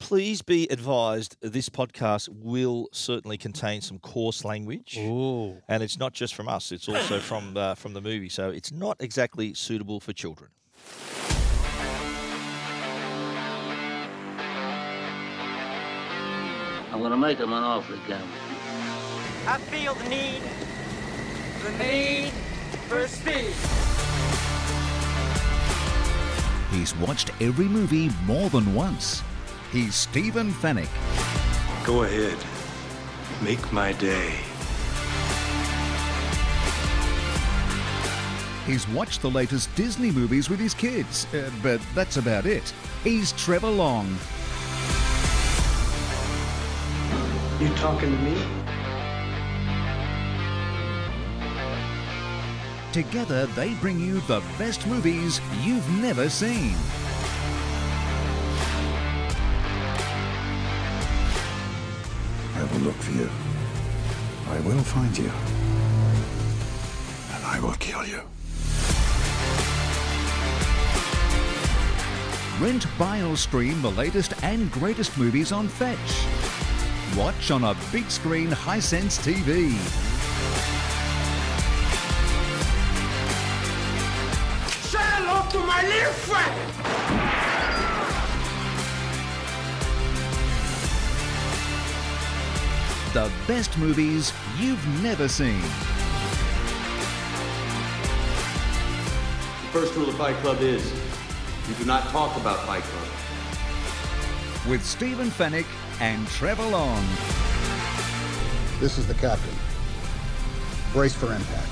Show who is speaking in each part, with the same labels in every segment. Speaker 1: Please be advised this podcast will certainly contain some coarse language.
Speaker 2: Ooh.
Speaker 1: And it's not just from us, it's also from, uh, from the movie. So it's not exactly suitable for children.
Speaker 3: I'm gonna make him an offer again.
Speaker 4: I feel the need, the need for speed.
Speaker 5: He's watched every movie more than once. He's Stephen Fennick.
Speaker 6: Go ahead. Make my day.
Speaker 5: He's watched the latest Disney movies with his kids, uh, but that's about it. He's Trevor Long.
Speaker 6: You talking to me?
Speaker 5: Together, they bring you the best movies you've never seen.
Speaker 7: I will look for you. I will find you. And I will kill you.
Speaker 5: Rent, buy, or stream the latest and greatest movies on Fetch. Watch on a big screen Hisense TV.
Speaker 4: Say hello to my little friend.
Speaker 5: The best movies you've never seen.
Speaker 8: First rule of Fight Club is you do not talk about Fight Club.
Speaker 5: With Stephen Fennick and Trevor Long.
Speaker 9: This is the captain. Brace for impact.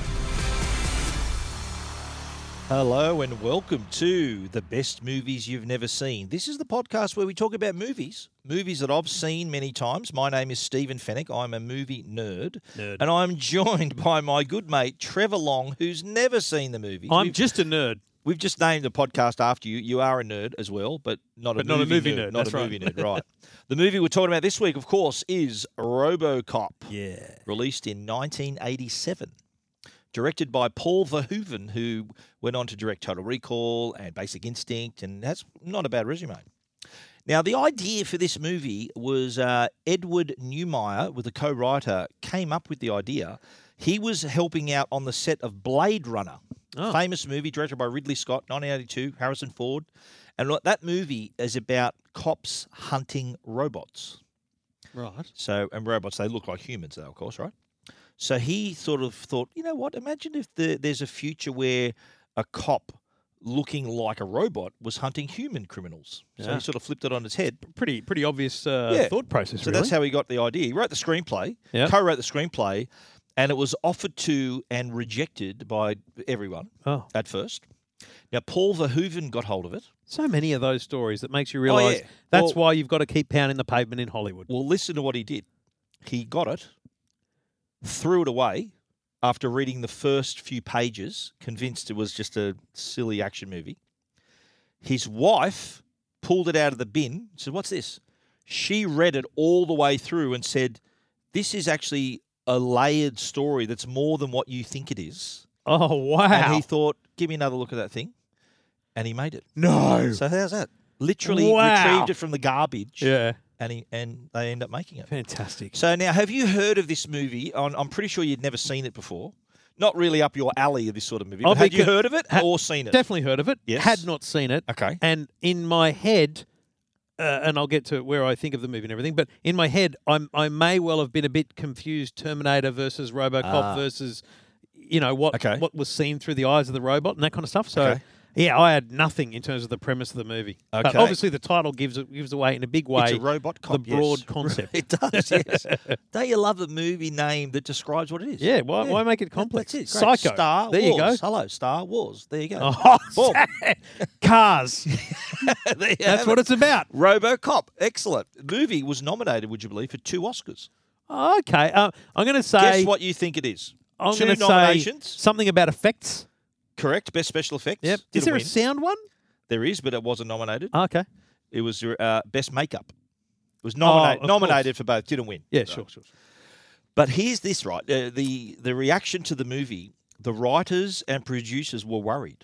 Speaker 1: Hello and welcome to the best movies you've never seen. This is the podcast where we talk about movies, movies that I've seen many times. My name is Stephen Fennick. I'm a movie nerd,
Speaker 2: Nerd.
Speaker 1: and I'm joined by my good mate Trevor Long, who's never seen the movie.
Speaker 2: I'm just a nerd.
Speaker 1: We've just named the podcast after you. You are a nerd as well, but not a
Speaker 2: But
Speaker 1: movie
Speaker 2: not a movie nerd,
Speaker 1: Not
Speaker 2: that's
Speaker 1: a
Speaker 2: right.
Speaker 1: movie nerd, right? the movie we're talking about this week, of course, is RoboCop.
Speaker 2: Yeah.
Speaker 1: Released in 1987, directed by Paul Verhoeven, who went on to direct Total Recall and Basic Instinct, and that's not a bad resume. Now, the idea for this movie was uh, Edward Neumeier, with a co writer, came up with the idea. He was helping out on the set of Blade Runner,
Speaker 2: Oh.
Speaker 1: famous movie directed by Ridley Scott, 1982, Harrison Ford. And look, that movie is about cops hunting robots.
Speaker 2: Right.
Speaker 1: So, and robots, they look like humans, though, of course, right? So he sort of thought, you know what? Imagine if the, there's a future where a cop looking like a robot was hunting human criminals. So
Speaker 2: Yeah.
Speaker 1: he sort of flipped it on its head.
Speaker 2: Pretty pretty obvious uh,
Speaker 1: Yeah.
Speaker 2: thought process.
Speaker 1: So
Speaker 2: really.
Speaker 1: that's how he got the idea. He wrote the screenplay,
Speaker 2: Yeah.
Speaker 1: co-wrote the screenplay, and it was offered to and rejected by everyone
Speaker 2: Oh,
Speaker 1: at first. Now Paul Verhoeven got hold of it.
Speaker 2: so many of those stories that makes you realise
Speaker 1: yeah.
Speaker 2: that's
Speaker 1: Well-
Speaker 2: why you've got to keep pounding the pavement in Hollywood.
Speaker 1: Well, listen to what he did. He got it, threw it away after reading the first few pages, convinced it was just a silly action movie. His wife pulled it out of the bin, said, What's this? She read it all the way through and said, This is actually a layered story that's more than what you think it is.
Speaker 2: Oh
Speaker 1: And
Speaker 2: wow.
Speaker 1: he thought, Give me another look at that thing. And he made it.
Speaker 2: no.
Speaker 1: So, how's that? Literally
Speaker 2: Wow.
Speaker 1: retrieved it from the garbage.
Speaker 2: Yeah.
Speaker 1: And, he, and they end up making it.
Speaker 2: Fantastic.
Speaker 1: So now, have you heard of this movie? On, I'm pretty sure you'd never seen it before. Not really up your alley of this sort of movie.
Speaker 2: I'll
Speaker 1: But had
Speaker 2: be
Speaker 1: you
Speaker 2: co-
Speaker 1: heard of it
Speaker 2: Oh, ha-
Speaker 1: or seen it?
Speaker 2: Definitely heard of it.
Speaker 1: Yes.
Speaker 2: Had not seen it.
Speaker 1: Okay.
Speaker 2: And in my head, uh, and I'll get to where I think of the movie and everything, but in my head, I'm, I may well have been a bit confused Terminator versus Robocop
Speaker 1: Ah.
Speaker 2: versus, you know, what
Speaker 1: Okay.
Speaker 2: what was seen through the eyes of the robot and that kind of stuff. So,
Speaker 1: Okay.
Speaker 2: yeah, I had nothing in terms of the premise of the movie. But
Speaker 1: Okay.
Speaker 2: obviously, the title gives it gives away in a big way
Speaker 1: It's a robot cop.
Speaker 2: the broad
Speaker 1: yes.
Speaker 2: concept.
Speaker 1: It does, yes. Don't you love a movie name that describes what it is?
Speaker 2: Yeah, why- why make it
Speaker 1: That-
Speaker 2: complex?
Speaker 1: That's it.
Speaker 2: Psycho.
Speaker 1: Star
Speaker 2: There you go.
Speaker 1: Wars. Hello, Star Wars. There you go.
Speaker 2: Oh,
Speaker 1: Boom.
Speaker 2: cars.
Speaker 1: There you
Speaker 2: That's
Speaker 1: have
Speaker 2: what
Speaker 1: it.
Speaker 2: it's about.
Speaker 1: RoboCop. Excellent. movie was nominated, would you believe, for two Oscars.
Speaker 2: Okay. Uh, I'm going to say.
Speaker 1: Guess what you think it is?
Speaker 2: I'm
Speaker 1: two
Speaker 2: going to say
Speaker 1: nominations.
Speaker 2: something about effects.
Speaker 1: Correct. Best special effects.
Speaker 2: Yep.
Speaker 1: Did
Speaker 2: Is
Speaker 1: it
Speaker 2: there a
Speaker 1: win?
Speaker 2: sound one? Oh,
Speaker 1: there is, but it wasn't nominated.
Speaker 2: Okay.
Speaker 1: It was uh, best makeup. It was nominate,
Speaker 2: Oh, of course.
Speaker 1: nominated for both, didn't win.
Speaker 2: Yeah, sure, sure.
Speaker 1: But here's this right: uh, the the reaction to the movie, the writers and producers were worried.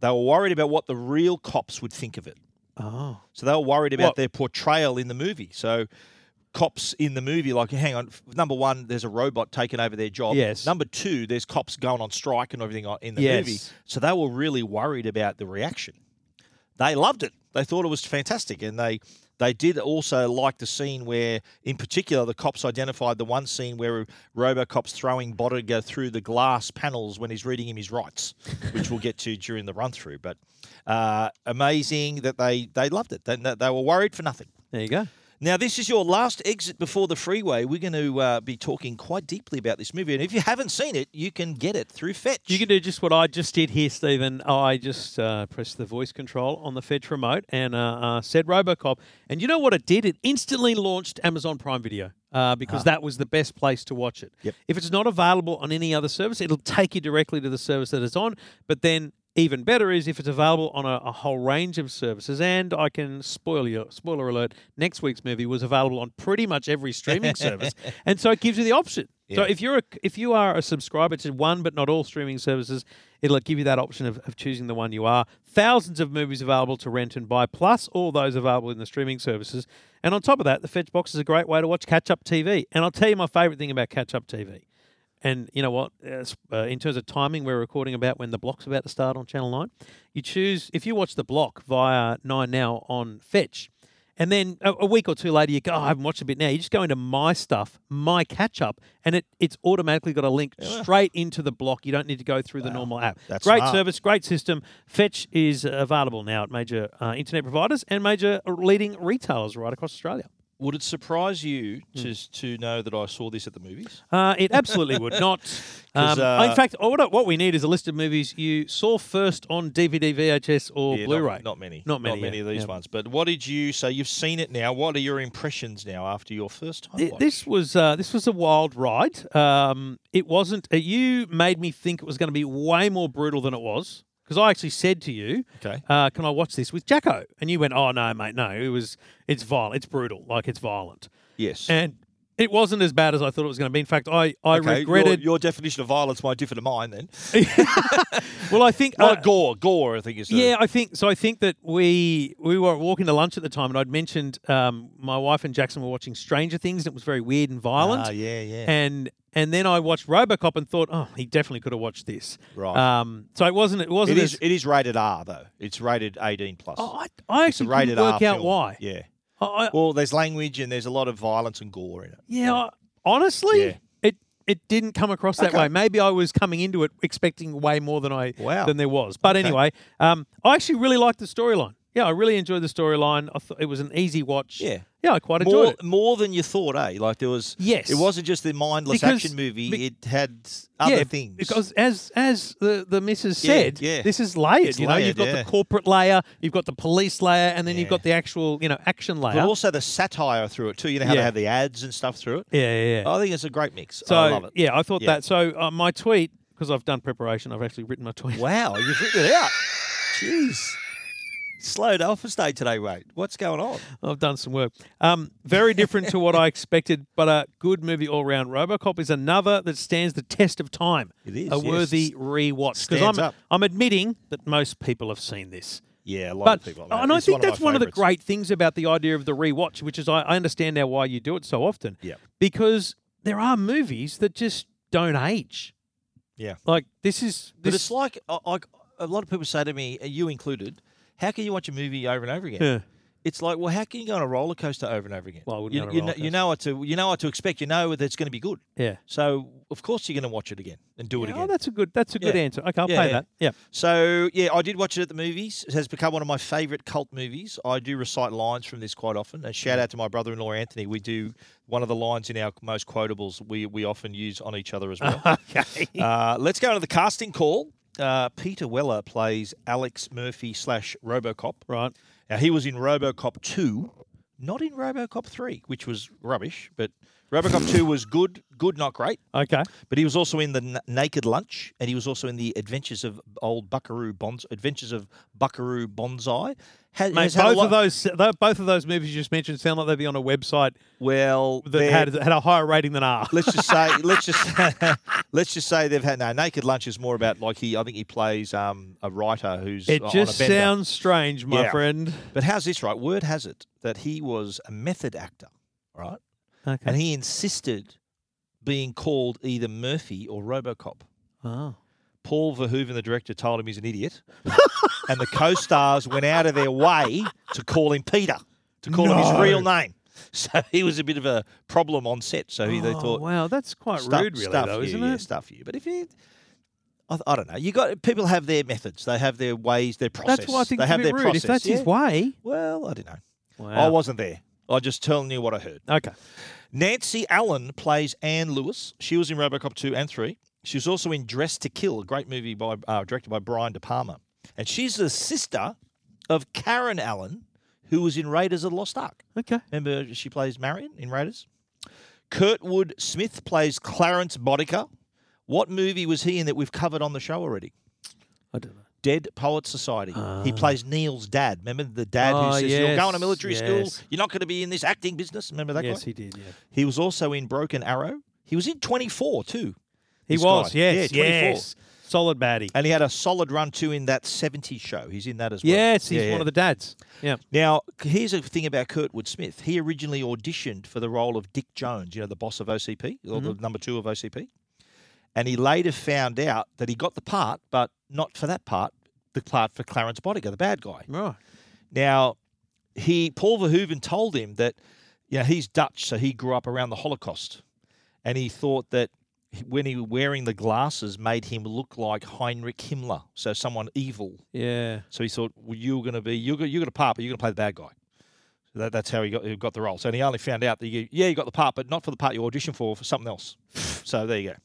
Speaker 1: They were worried about what the real cops would think of it.
Speaker 2: Oh.
Speaker 1: So they were worried about
Speaker 2: What?
Speaker 1: their portrayal in the movie. So cops in the movie, like, hang on, f- number one, there's a robot taking over their job.
Speaker 2: Yes.
Speaker 1: Number two, there's cops going on strike and everything on- in the
Speaker 2: Yes.
Speaker 1: movie. So they were really worried about the reaction. They loved it. They thought it was fantastic, and they they did also like the scene where, in particular, the cops identified the one scene where RoboCop's throwing Boddiger through the glass panels when he's reading him his rights, which we'll get to during the run through. But uh, amazing that they they loved it. They, they were worried for nothing.
Speaker 2: There you go.
Speaker 1: Now, this is your last exit before the freeway. We're going to uh, be talking quite deeply about this movie, and if you haven't seen it, you can get it through Fetch.
Speaker 2: You can do just what I just did here, Stephen. I just uh, pressed the voice control on the Fetch remote and uh, uh, said Robocop. And you know what it did? It instantly launched Amazon Prime Video uh, because that was the best place to watch it.
Speaker 1: Yep.
Speaker 2: If it's not available on any other service, it'll take you directly to the service that it's on. But then even better is if it's available on a, a whole range of services. And I can spoil you, spoiler alert, next week's movie was available on pretty much every streaming service. And so it gives you the option. So
Speaker 1: Yeah.
Speaker 2: if you're a, if you are a subscriber to one but not all streaming services, it'll give you that option of, of choosing the one you are. Thousands of movies available to rent and buy, plus all those available in the streaming services. And on top of that, the Fetch Box is a great way to watch catch up TV. And I'll tell you my favourite thing about catch up TV. And you know what? As- uh, in terms of timing, we're recording about when the block's about to start on Channel 9. You choose, if you watch the block via 9 Now on Fetch, and then a, a week or two later, you go, "Oh, I haven't watched a bit now. You just go into My Stuff, My Catch Up, and it, it's automatically got a link straight into the block. You don't need to go through the normal app.
Speaker 1: That's
Speaker 2: great
Speaker 1: smart.
Speaker 2: service, great system. Fetch is available now at major uh, internet providers and major uh, leading retailers right across Australia.
Speaker 1: Would it surprise you to to know that I saw this at the movies?
Speaker 2: Uh, it absolutely would not.
Speaker 1: 'Cause,
Speaker 2: Um,
Speaker 1: uh,
Speaker 2: in fact, what, what we need is a list of movies you saw first on DVD, VHS, or
Speaker 1: Yeah, not-
Speaker 2: Blu-ray.
Speaker 1: Not, many.
Speaker 2: Not many. yeah,
Speaker 1: of these
Speaker 2: yeah.
Speaker 1: ones. But what did you? So you've seen it now. What are your impressions now after your first time?
Speaker 2: Th-
Speaker 1: watch?
Speaker 2: This was uh, this was a wild ride. Um, it wasn't. Uh, you made me think it was going to be way more brutal than it was because I actually said to you,
Speaker 1: Okay.
Speaker 2: uh, can I watch this with Jacko?" And you went, "Oh no, mate, no. It was it's violent. It's brutal. Like it's violent."
Speaker 1: Yes.
Speaker 2: And it wasn't as bad as I thought it was going to be. In fact, I I
Speaker 1: Okay, your-
Speaker 2: regretted.
Speaker 1: your, definition of violence might differ to mine then.
Speaker 2: well, I think
Speaker 1: Like
Speaker 2: uh,
Speaker 1: gore, gore. I think is the,
Speaker 2: Yeah, I think so. I think that we we were walking to lunch at the time, and I'd mentioned um, my wife and Jackson were watching Stranger Things, and it was very weird and violent.
Speaker 1: Ah, yeah, yeah.
Speaker 2: And and then I watched RoboCop and thought, oh, he definitely could have watched this.
Speaker 1: Right.
Speaker 2: Um. So it wasn't. It
Speaker 1: it
Speaker 2: wasn't.
Speaker 1: is.
Speaker 2: as-
Speaker 1: It is rated R though. It's rated eighteen plus.
Speaker 2: oh, I, I
Speaker 1: it's a
Speaker 2: actually
Speaker 1: rated
Speaker 2: couldn't
Speaker 1: R
Speaker 2: work out
Speaker 1: film.
Speaker 2: why.
Speaker 1: Yeah.
Speaker 2: I, I-
Speaker 1: Well, there's language and there's a lot of violence and gore in it.
Speaker 2: yeah. I- honestly,
Speaker 1: Yeah.
Speaker 2: it it didn't come across that way. Maybe I was coming into it expecting way more than I
Speaker 1: Wow.
Speaker 2: than there was. But anyway, um, I actually really liked the storyline. Yeah, I really enjoyed the storyline. I thought it was an easy watch.
Speaker 1: Yeah.
Speaker 2: Yeah, I quite enjoyed
Speaker 1: More,
Speaker 2: it.
Speaker 1: more than you thought, eh? Like there was.
Speaker 2: Yes.
Speaker 1: It wasn't just the mindless
Speaker 2: Because-
Speaker 1: action movie.
Speaker 2: be-
Speaker 1: it had other
Speaker 2: yeah,
Speaker 1: things.
Speaker 2: Because as as the the missus
Speaker 1: Yeah,
Speaker 2: said,
Speaker 1: yeah.
Speaker 2: this is layered.
Speaker 1: It's
Speaker 2: you know,
Speaker 1: layered,
Speaker 2: you've got
Speaker 1: yeah.
Speaker 2: the corporate layer, you've got the police layer, and then
Speaker 1: Yeah.
Speaker 2: you've got the actual you know action layer.
Speaker 1: but also the satire through it too. You know how they
Speaker 2: Yeah.
Speaker 1: have the ads and stuff through it.
Speaker 2: yeah, yeah. yeah.
Speaker 1: I think it's a great mix.
Speaker 2: so
Speaker 1: I love it.
Speaker 2: yeah, I thought
Speaker 1: Yeah.
Speaker 2: that. So uh, my tweet because I've done preparation, I've actually written my tweet.
Speaker 1: Wow, you've written it out. Jeez. Slowed Alpha State today, mate. What's going on?
Speaker 2: I've done some work. Um, very different to what I expected, but a good movie all round. Robocop is another that stands the test of time.
Speaker 1: It is,
Speaker 2: a
Speaker 1: yes.
Speaker 2: worthy rewatch because
Speaker 1: Stands
Speaker 2: I'm
Speaker 1: up.
Speaker 2: I'm admitting that most people have seen this.
Speaker 1: Yeah, a lot
Speaker 2: but
Speaker 1: of people.
Speaker 2: and I think that's one of the great things about the idea of the rewatch, which is I, I understand now why you do it so often.
Speaker 1: Yeah.
Speaker 2: because there are movies that just don't age.
Speaker 1: Yeah.
Speaker 2: like this is
Speaker 1: But
Speaker 2: this.
Speaker 1: it's like, I- like a lot of people say to me, and you included, how can you watch a movie over and over again?
Speaker 2: Yeah.
Speaker 1: It's like, well, how can you go on a roller coaster over and over again?
Speaker 2: Well, I wouldn't
Speaker 1: you,
Speaker 2: go on a
Speaker 1: you, know, you
Speaker 2: roller
Speaker 1: know what to you know what to expect. You know that it's going to be good.
Speaker 2: yeah.
Speaker 1: So of course you're going to watch it again and do it
Speaker 2: Oh,
Speaker 1: again.
Speaker 2: that's a good. That's a good
Speaker 1: Yeah.
Speaker 2: answer. Okay, I'll
Speaker 1: Yeah,
Speaker 2: pay
Speaker 1: yeah.
Speaker 2: that. Yeah.
Speaker 1: So yeah, I did watch it at the movies. It has become one of my favourite cult movies. I do recite lines from this quite often. And shout out to my brother-in-law Anthony. We do one of the lines in our most quotables we we often use on each other as well. okay. Uh, let's go to the casting call. Uh, Peter Weller plays Alex Murphy slash RoboCop.
Speaker 2: Right.
Speaker 1: Now he was in RoboCop two, not in RoboCop three, which was rubbish. But Robocop 2 was good, good, not great.
Speaker 2: Okay.
Speaker 1: But he was also in the N- Naked Lunch, and he was also in the Adventures of Old Buckaroo Bonz Adventures of Buckaroo Bonsai. Ha-
Speaker 2: Mate,
Speaker 1: has had a
Speaker 2: both
Speaker 1: lot-
Speaker 2: of those tho- both of those movies you just mentioned sound like they'd be on a website
Speaker 1: Well,
Speaker 2: that
Speaker 1: they're-
Speaker 2: had, had a higher rating than R.
Speaker 1: let's just say, let's just let's just say they've had no Naked Lunch is more about like he. I think he plays um, a writer who's
Speaker 2: It
Speaker 1: on
Speaker 2: just
Speaker 1: a bender.
Speaker 2: sounds strange, my
Speaker 1: Yeah.
Speaker 2: friend.
Speaker 1: But how's this right? Word has it that he was a method actor, right?
Speaker 2: Okay.
Speaker 1: And he insisted being called either Murphy or Robocop.
Speaker 2: oh.
Speaker 1: Paul Verhoeven, the director, told him he's an idiot. and the co stars went out of their way to call him Peter, to call him his
Speaker 2: No.
Speaker 1: real name. So he was a bit of a problem on set. So he, they
Speaker 2: Oh,
Speaker 1: thought,
Speaker 2: wow, that's quite
Speaker 1: stuff,
Speaker 2: rude, really,
Speaker 1: stuff
Speaker 2: though,
Speaker 1: you,
Speaker 2: isn't
Speaker 1: yeah,
Speaker 2: it?
Speaker 1: stuff you. But if you. I, I don't know. You got people have their methods. They have their ways, their process.
Speaker 2: That's why I think
Speaker 1: they
Speaker 2: it's
Speaker 1: have
Speaker 2: a bit
Speaker 1: their
Speaker 2: rude.
Speaker 1: process.
Speaker 2: if that's
Speaker 1: yeah?
Speaker 2: his way,
Speaker 1: Well, I don't know. I
Speaker 2: Wow.
Speaker 1: wasn't there. I just telling you what I heard.
Speaker 2: okay.
Speaker 1: Nancy Allen plays Anne Lewis. She was in RoboCop 2 and 3. She was also in Dress to Kill, a great movie by uh, directed by Brian De Palma. And she's the sister of Karen Allen, who was in Raiders of the Lost Ark.
Speaker 2: Okay.
Speaker 1: Remember, she plays Marion in Raiders. Kurtwood Smith plays Clarence Bodica. What movie was he in that we've covered on the show already?
Speaker 2: I don't know.
Speaker 1: Dead Poets Society. he plays Neil's dad. Remember the dad
Speaker 2: Oh,
Speaker 1: who says, You're going to
Speaker 2: Ah. yes,
Speaker 1: military
Speaker 2: yes.
Speaker 1: school. You're not going to be in this acting business. Remember that guy?
Speaker 2: Yes, he did. Yeah.
Speaker 1: He was also in Broken Arrow. He was in 24 too.
Speaker 2: He
Speaker 1: This
Speaker 2: was.
Speaker 1: guy.
Speaker 2: Yes.
Speaker 1: Yeah, 24.
Speaker 2: yes. Solid baddie.
Speaker 1: And he had a solid run too in that 70 show. He's in that as well.
Speaker 2: Yes, he's one of the dads. Yeah.
Speaker 1: Now, here's a thing about Kurtwood Smith. He originally auditioned for the role of Dick Jones, you know, the boss of OCP, or
Speaker 2: Mm-hmm.
Speaker 1: the number two of OCP. And he later found out that he got the part, but not for that part, the part for Clarence Bodiger, the bad guy.
Speaker 2: Right.
Speaker 1: Now, he Paul Verhoeven told him that, you know, he's Dutch, so he grew up around the Holocaust, and he thought that when he was wearing the glasses made him look like Heinrich Himmler, so someone evil.
Speaker 2: Yeah.
Speaker 1: So he thought, well, you're going to be you're going you're going to part, but you're going to play the bad guy. So that, that's how he got he got the role. So he only found out that you, yeah, you got the part, but not for the part you auditioned for, for something else. so there you go.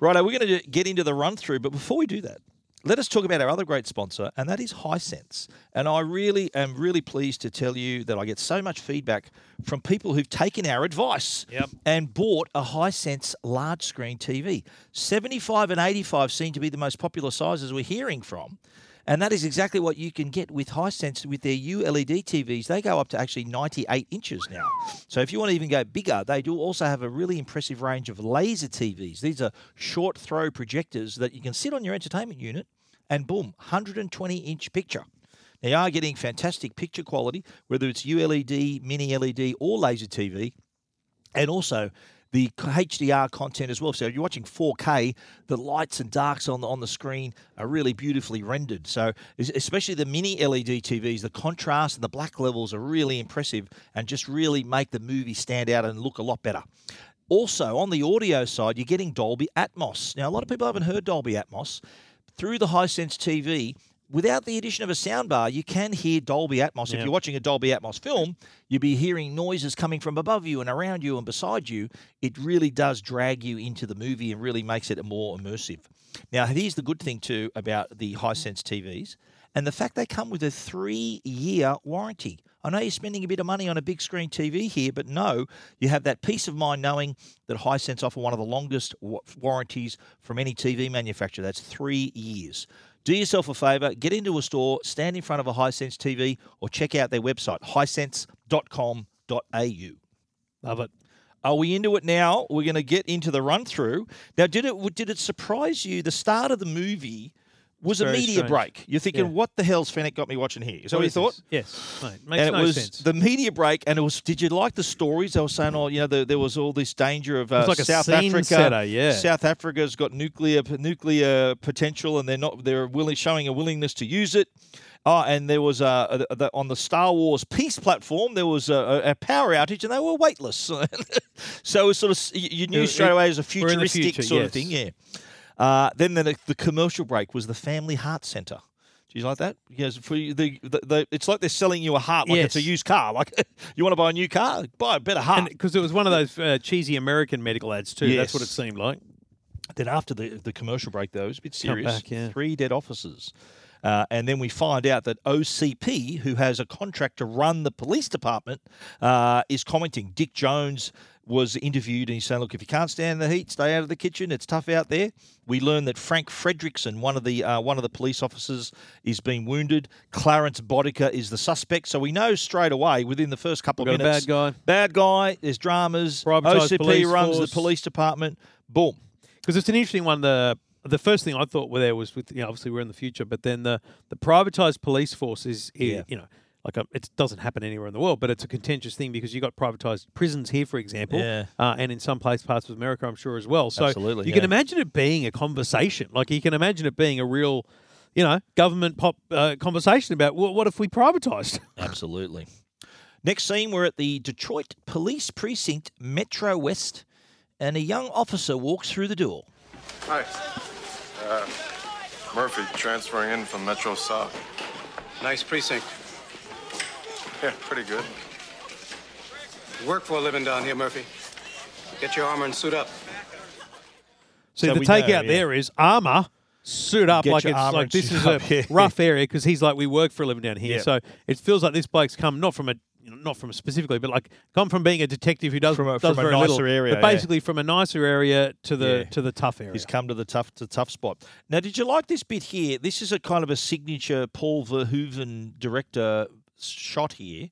Speaker 1: Righto, we're going to get into the run through, but before we do that, let us talk about our other great sponsor, and that is Hisense. And I really am really pleased to tell you that I get so much feedback from people who've taken our advice
Speaker 2: Yep.
Speaker 1: and bought a Hisense large screen TV. 75 and 85 seem to be the most popular sizes we're hearing from. And that is exactly what you can get with Hisense with their E ULED TVs. They go up to actually 98 inches now. So if you want to even go bigger, they do also have a really impressive range of laser TVs. These are short throw projectors that you can sit on your entertainment unit and boom, 120 inch picture. Now you are getting fantastic picture quality, whether it's ULED, mini LED, or laser TV and also the c- HDR content as well. So if you're watching 4K, the lights and darks on the, on the screen are really beautifully rendered. So es- especially the mini E LED TVs, the contrast and the black levels are really impressive and just really make the movie stand out and look a lot better. Also, on the audio side, you're getting Dolby Atmos. Now, a lot of people haven't heard Dolby Atmos. Through the Hisense TV, without the addition of a soundbar, you can hear Dolby Atmos. If you're watching a Dolby Atmos film, you'll be hearing noises coming from above you and around you and beside you. It really does drag you into the movie and really makes it more immersive. Now, here's the good thing, too, about the Hisense TVs and the fact they come with a three year warranty. I know you're spending a bit of money on a big screen TV here, but no, you have that peace of mind knowing that Hisense offer one of the longest wa- warranties from any TV manufacturer. That's three years. Do yourself a favor, get into a store, stand in front of a Hisense TV, or check out their website, hisense.com.au.
Speaker 2: Love it.
Speaker 1: Are we into it now? We're going to get into the run through. Now, did it did it surprise you? The start of the movie was a
Speaker 2: Very
Speaker 1: media
Speaker 2: strange.
Speaker 1: break. You're thinking,
Speaker 2: Yeah.
Speaker 1: what the hell's Fennec got me watching here? Is that what you
Speaker 2: is
Speaker 1: thought?
Speaker 2: this? Yes. Mate, makes
Speaker 1: And it
Speaker 2: no
Speaker 1: was
Speaker 2: sense.
Speaker 1: the media break, and it was. Did you like the stories they were saying? Oh, you know, there, there was all this danger of uh,
Speaker 2: was like a
Speaker 1: South
Speaker 2: scene
Speaker 1: Africa.
Speaker 2: setter, yeah.
Speaker 1: South Africa's got nuclear nuclear potential, and they're not. They're willing, showing a willingness to use it. Oh, and there was uh, a, the, on the Star Wars peace platform, there was a, a- a power outage, and they were weightless. so it was sort of you you knew
Speaker 2: It-
Speaker 1: straight
Speaker 2: it-
Speaker 1: away as a
Speaker 2: we're in the
Speaker 1: futuristic
Speaker 2: future,
Speaker 1: sort of
Speaker 2: yes.
Speaker 1: thing. Yeah. Uh, then the, the commercial break was the Family Heart Centre. Do you like that? Yes, for you, the, the, the, it's like they're selling you a heart, like it's a
Speaker 2: Yes.
Speaker 1: used car. Like you want to buy a new car, buy a better heart.
Speaker 2: because it was one of those uh, cheesy American medical ads too. That's what it
Speaker 1: Yes.
Speaker 2: seemed like.
Speaker 1: then after the, the commercial break, though, it was a bit
Speaker 2: Come
Speaker 1: serious.
Speaker 2: back, yeah.
Speaker 1: Three dead officers. Uh, and then we find out that OCP, who has a contract to run the police department, uh, is commenting. Dick Jones was interviewed and he's saying, Look, if you can't stand the heat, stay out of the kitchen. It's tough out there. We learn that Frank Fredrickson, one of the uh, one of the police officers, is being wounded. Clarence Bodica is the suspect. So we know straight away within the first couple
Speaker 2: We've
Speaker 1: of
Speaker 2: got a
Speaker 1: minutes.
Speaker 2: bad guy.
Speaker 1: Bad guy. There's dramas.
Speaker 2: Privatised police
Speaker 1: OCP runs
Speaker 2: force.
Speaker 1: the police department. Boom.
Speaker 2: Because it's an interesting one. The the first thing I thought were there was with you know, obviously we're in the future, but then the the privatized police force is i-
Speaker 1: Yeah.
Speaker 2: you know like a, it doesn't happen anywhere in the world, but it's a contentious thing because you got privatized prisons here, for example,
Speaker 1: Yeah.
Speaker 2: uh, and in some place parts of America, I'm sure as well. So
Speaker 1: Absolutely,
Speaker 2: you can
Speaker 1: yeah.
Speaker 2: imagine it being a conversation. Like you can imagine it being a real. You know, government pop uh, conversation about well, what if we privatised?
Speaker 1: Absolutely. Next scene, we're at the Detroit Police Precinct, Metro West, and a young officer walks through the door.
Speaker 10: Hi. Uh, Murphy, transferring in from Metro South.
Speaker 11: Nice precinct.
Speaker 10: Yeah, pretty good.
Speaker 11: Work for a living down here, Murphy. Get your armor and suit up.
Speaker 2: So,
Speaker 1: So
Speaker 2: the
Speaker 1: we
Speaker 2: takeout
Speaker 1: know, yeah.
Speaker 2: there is armor, suit up
Speaker 1: Get
Speaker 2: like
Speaker 1: your
Speaker 2: it's
Speaker 1: armor
Speaker 2: like
Speaker 1: and
Speaker 2: this
Speaker 1: suit
Speaker 2: is
Speaker 1: up,
Speaker 2: a
Speaker 1: yeah.
Speaker 2: rough area because he's like we work for a living down here.
Speaker 1: Yeah.
Speaker 2: So it feels like this bloke's come not from a you know, not from specifically, but like come from being a detective who does
Speaker 1: From a-
Speaker 2: does
Speaker 1: from a
Speaker 2: very little,
Speaker 1: nicer area,
Speaker 2: but
Speaker 1: yeah.
Speaker 2: basically from a nicer area to the
Speaker 1: Yeah.
Speaker 2: to the tough area.
Speaker 1: He's come to the tough to tough spot. Now, did you like this bit here? This is a kind of a signature Paul Verhoeven director shot here.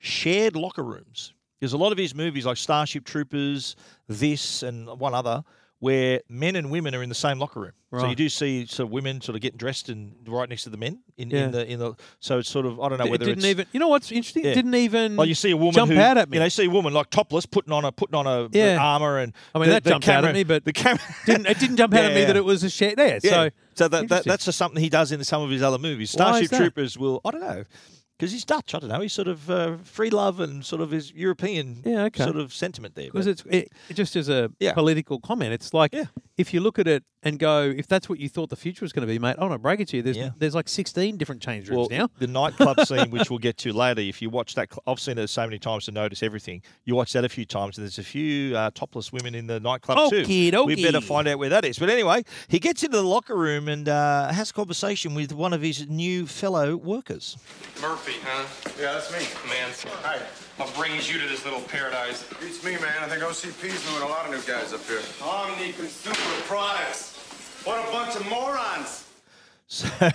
Speaker 1: Shared locker rooms. There's a lot of his movies like Starship Troopers, this and one other, where men and women are in the same locker room. So you
Speaker 2: Right.
Speaker 1: do see sort of women sort of getting dressed and right next to the men in,
Speaker 2: Yeah.
Speaker 1: in the in the. So it's sort of I don't know
Speaker 2: It
Speaker 1: whether
Speaker 2: didn't
Speaker 1: it's,
Speaker 2: even. You know what's interesting? It
Speaker 1: Yeah.
Speaker 2: didn't even.
Speaker 1: Well, you see a woman
Speaker 2: Mm. jump
Speaker 1: who,
Speaker 2: out at me.
Speaker 1: You know, you see a woman like topless, putting on a putting on a
Speaker 2: Yeah.
Speaker 1: armor, and
Speaker 2: I mean, that jumped out at me, but
Speaker 1: the camera
Speaker 2: didn't it didn't jump out at me
Speaker 1: Yeah.
Speaker 2: that it was a shared there.
Speaker 1: Yeah.
Speaker 2: So
Speaker 1: that, that
Speaker 2: interesting.
Speaker 1: that's just something he does in some of his other movies.
Speaker 2: Why is
Speaker 1: Starship
Speaker 2: that?
Speaker 1: Troopers will I don't know because he's Dutch. I don't know. He's sort of uh, free love and sort of his European
Speaker 2: Yeah, okay.
Speaker 1: sort of sentiment there.
Speaker 2: Because
Speaker 1: but-
Speaker 2: it's it, it just as a
Speaker 1: Yeah.
Speaker 2: political comment, it's like
Speaker 1: Yeah.
Speaker 2: if you look at it and go, if that's what you thought the future was going to be, mate, I want to break it to you. There's
Speaker 1: Yeah.
Speaker 2: there's like 16 different change
Speaker 1: well,
Speaker 2: rooms now.
Speaker 1: the nightclub scene, which we'll get to later. If you watch that, cl- I've seen it so many times to notice everything. You watch that a few times, and there's a few uh, topless women in the nightclub
Speaker 2: Okie
Speaker 1: too. We better
Speaker 2: dokie.
Speaker 1: find out where that is. But anyway, he gets into the locker room and uh, has a conversation with one of his new fellow workers.
Speaker 12: Murphy, huh?
Speaker 10: Yeah, that's me.
Speaker 12: Man,
Speaker 10: Hi.
Speaker 12: what brings you to this little paradise?
Speaker 10: It's me, man. I think OCP's moving a lot of new guys up here.
Speaker 12: Omni Consumer Products. What a bunch of morons.
Speaker 1: So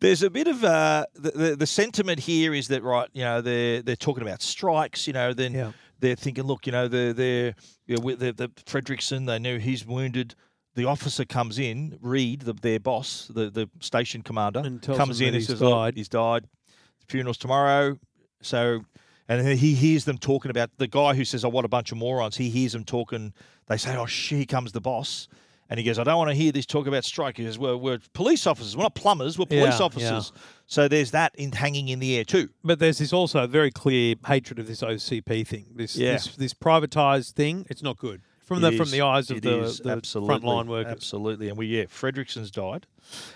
Speaker 1: there's a bit of uh, the, the the sentiment here is that right, you know, they're they're talking about strikes, you know, then
Speaker 2: Yeah.
Speaker 1: they're thinking, look, you know, they're they're you know, with the, the Fredrickson, they know he's wounded. The officer comes in, Reed, the, their boss, the, the station commander,
Speaker 2: And tells
Speaker 1: comes
Speaker 2: them
Speaker 1: in
Speaker 2: that
Speaker 1: and
Speaker 2: he's
Speaker 1: says, "Oh,
Speaker 2: died."
Speaker 1: he's died. The funeral's tomorrow. So, and then he hears them talking about the guy who says, "Oh, what a bunch of morons." He hears them talking. They say, "Oh, shit, here comes the boss," and he goes, "I don't want to hear this talk about strike." He goes, "We're, we're police officers. We're not plumbers. We're police
Speaker 2: Yeah,
Speaker 1: officers." So there's that in hanging in the air too.
Speaker 2: But there's this also very clear hatred of this OCP thing. This
Speaker 1: Yeah.
Speaker 2: this, this privatized thing. It's not good from the
Speaker 1: It
Speaker 2: from
Speaker 1: is.
Speaker 2: the eyes of
Speaker 1: It
Speaker 2: the,
Speaker 1: is,
Speaker 2: the
Speaker 1: absolutely,
Speaker 2: frontline workers.
Speaker 1: Absolutely. And we, yeah, Fredrickson's died.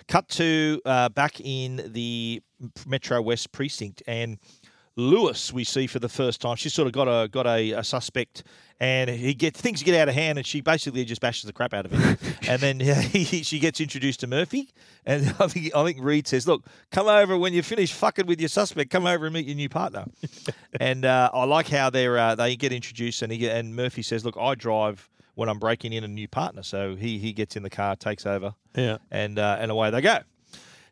Speaker 1: Cut to uh, back in the Metro West precinct and Lewis we see for the first time. She's sort of got a got a, a suspect and he gets things get out of hand and she basically just bashes the crap out of him. and then yeah, he, she gets introduced to Murphy and I think I think Reed says, "Look, come over when you finish fucking with your suspect. Come over and meet your new partner." and uh, I like how they're uh, they get introduced and he get, and Murphy says, "Look, I drive when I'm breaking in a new partner. So he he gets in the car, takes over,
Speaker 2: Yeah.
Speaker 1: and uh, and away they go.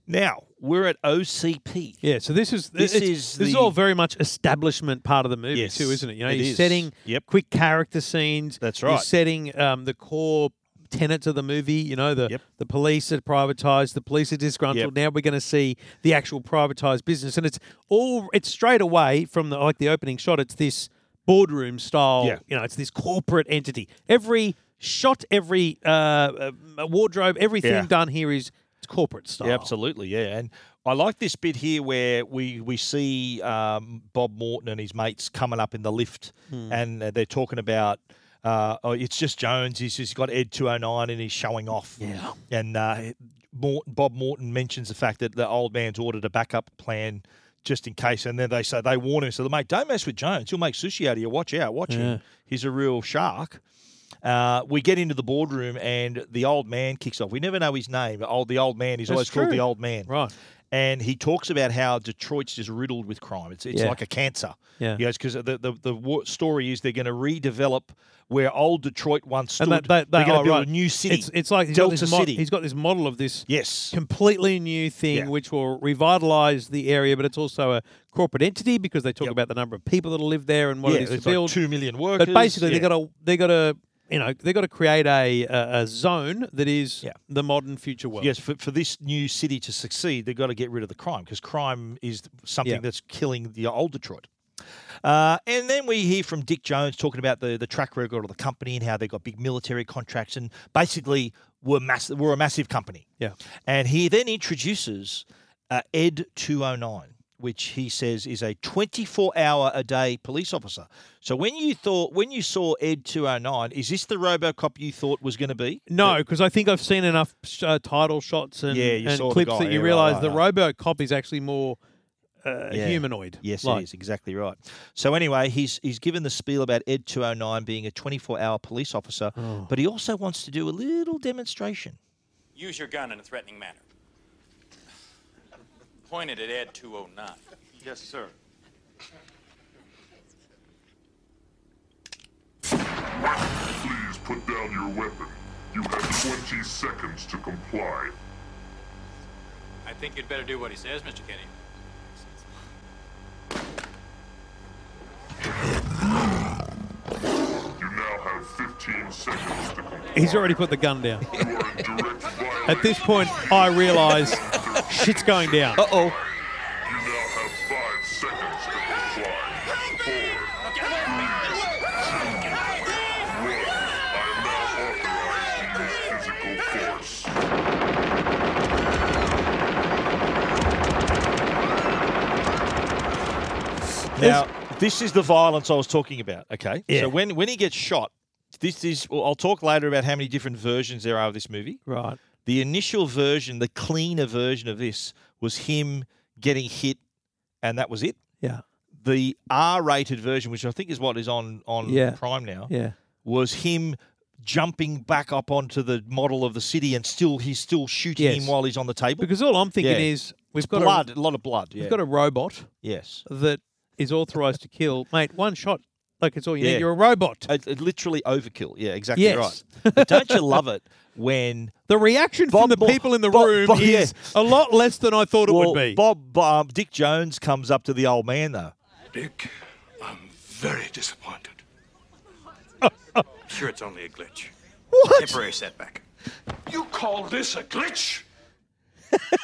Speaker 1: Now we're at OCP.
Speaker 2: Yeah, so this is
Speaker 1: This
Speaker 2: this
Speaker 1: is
Speaker 2: is this is
Speaker 1: the-
Speaker 2: all very much establishment part of the movie
Speaker 1: Yes,
Speaker 2: too, isn't it? You know,
Speaker 1: it
Speaker 2: you're
Speaker 1: is.
Speaker 2: setting
Speaker 1: Yep.
Speaker 2: quick character scenes.
Speaker 1: That's
Speaker 2: You're
Speaker 1: right.
Speaker 2: setting um, the core tenets of the movie. You know, the
Speaker 1: Yep.
Speaker 2: the police are privatized, the police are disgruntled. Now we're going to see the actual privatized business, and it's all it's straight away from the like the opening shot. It's this boardroom style.
Speaker 1: Yeah.
Speaker 2: You know, it's this corporate entity. Every shot, every uh, uh, wardrobe, everything
Speaker 1: Yeah.
Speaker 2: done here is it's corporate style.
Speaker 1: Yeah, absolutely. Yeah, and I like this bit here where we we see um, Bob Morton and his mates coming up in the lift,
Speaker 2: Hmm.
Speaker 1: and uh, they're talking about. Uh, oh, it's just Jones. He's just got Ed 209 and he's showing off.
Speaker 2: Yeah.
Speaker 1: And uh, Morton, Bob Morton mentions the fact that the old man's ordered a backup plan just in case. And then they say, they warn him. So, mate, don't mess with Jones. He'll make sushi out of you. Watch out. Watch
Speaker 2: Yeah.
Speaker 1: him. He's a real shark. Uh, we get into the boardroom and the old man kicks off. We never know his name. Old the old man. He's
Speaker 2: That's
Speaker 1: always called
Speaker 2: true.
Speaker 1: the old man.
Speaker 2: Right.
Speaker 1: and he talks about how Detroit's just riddled with crime. It's it's
Speaker 2: Yeah.
Speaker 1: like a cancer.
Speaker 2: Yeah.
Speaker 1: you because the the the wa- story is they're going to redevelop where old Detroit once stood.
Speaker 2: And they, they, they
Speaker 1: are going
Speaker 2: oh,
Speaker 1: to build
Speaker 2: right.
Speaker 1: a new city.
Speaker 2: It's, it's like he's got
Speaker 1: Delta
Speaker 2: this mo-
Speaker 1: City.
Speaker 2: He's got this model of this
Speaker 1: yes
Speaker 2: completely new thing,
Speaker 1: Yeah.
Speaker 2: which will revitalize the area, but it's also a corporate entity because they talk about the number of people that'll live there and what
Speaker 1: Yeah,
Speaker 2: it is to
Speaker 1: it's like
Speaker 2: build.
Speaker 1: two million
Speaker 2: But
Speaker 1: workers,
Speaker 2: basically,
Speaker 1: yeah.
Speaker 2: they got to they got to you know they got to create a, a a zone that is the modern future world.
Speaker 1: Yes, for, for this new city to succeed, they've got to get rid of the crime because crime is something
Speaker 2: Yeah.
Speaker 1: that's killing the old Detroit. Uh, and then we hear from Dick Jones talking about the, the track record of the company and how they got big military contracts and basically were mass- were a massive company.
Speaker 2: Yeah.
Speaker 1: And he then introduces uh, Ed 209, which he says is a 24 hour a day police officer. So when you thought when you saw Ed 209, is this the RoboCop you thought was going to be?
Speaker 2: No, because I think I've seen enough sh- uh, title shots and,
Speaker 1: Yeah, you
Speaker 2: and
Speaker 1: saw the
Speaker 2: clips
Speaker 1: guy,
Speaker 2: that
Speaker 1: yeah,
Speaker 2: you
Speaker 1: right,
Speaker 2: realise
Speaker 1: right,
Speaker 2: the
Speaker 1: right.
Speaker 2: RoboCop is actually more uh,
Speaker 1: Yeah.
Speaker 2: humanoid.
Speaker 1: Yes,
Speaker 2: like.
Speaker 1: it is exactly right. So anyway, he's he's given the spiel about Ed 209 being a 24-hour police officer, but he also wants to do a little demonstration.
Speaker 13: Use your gun in a threatening manner. Point it at Ed 209. Yes, sir.
Speaker 14: Please put down your weapon. You have 20 seconds to comply.
Speaker 13: I think you'd better do what he says, Mr. Kenny.
Speaker 14: You now have 15 seconds to comply.
Speaker 2: He's already put the gun down.
Speaker 14: You are in direct violation.
Speaker 2: At this point, I realise shit's going down.
Speaker 1: Uh oh.
Speaker 14: You now have 5 seconds to comply. 4, 3, 2, 1. I am now authorized to use physical force.
Speaker 1: Now, this is the violence I was talking about, okay?
Speaker 2: Yeah.
Speaker 1: So when when he gets shot, this is well, I'll talk later about how many different versions there are of this movie.
Speaker 2: Right.
Speaker 1: The initial version, the cleaner version of this was him getting hit and that was it.
Speaker 2: Yeah.
Speaker 1: The R-rated version, which I think is what is on on
Speaker 2: Yeah.
Speaker 1: Prime now.
Speaker 2: Yeah.
Speaker 1: was him jumping back up onto the model of the city and still he's still shooting
Speaker 2: Yes.
Speaker 1: him while he's on the table.
Speaker 2: Because all I'm thinking
Speaker 1: Yeah.
Speaker 2: is we've
Speaker 1: It's
Speaker 2: got
Speaker 1: blood,
Speaker 2: a,
Speaker 1: a, lot of blood. Yeah.
Speaker 2: We've got a robot
Speaker 1: yes.
Speaker 2: that is authorized to kill. Mate, one shot, like it's all you
Speaker 1: Yeah. Uh,
Speaker 2: need. You're a robot.
Speaker 1: It, it literally overkill. Yeah, exactly
Speaker 2: Yes.
Speaker 1: right. But don't you love it when
Speaker 2: The reaction from the people in the
Speaker 1: Bob-
Speaker 2: room
Speaker 1: Bob- yeah.
Speaker 2: is a lot less than I thought it
Speaker 1: well,
Speaker 2: would be.
Speaker 1: Bob um, Dick Jones comes up to the old man though?
Speaker 12: Dick, I'm very disappointed. sure, it's only a glitch.
Speaker 2: What?
Speaker 12: Temporary setback. You call this a glitch?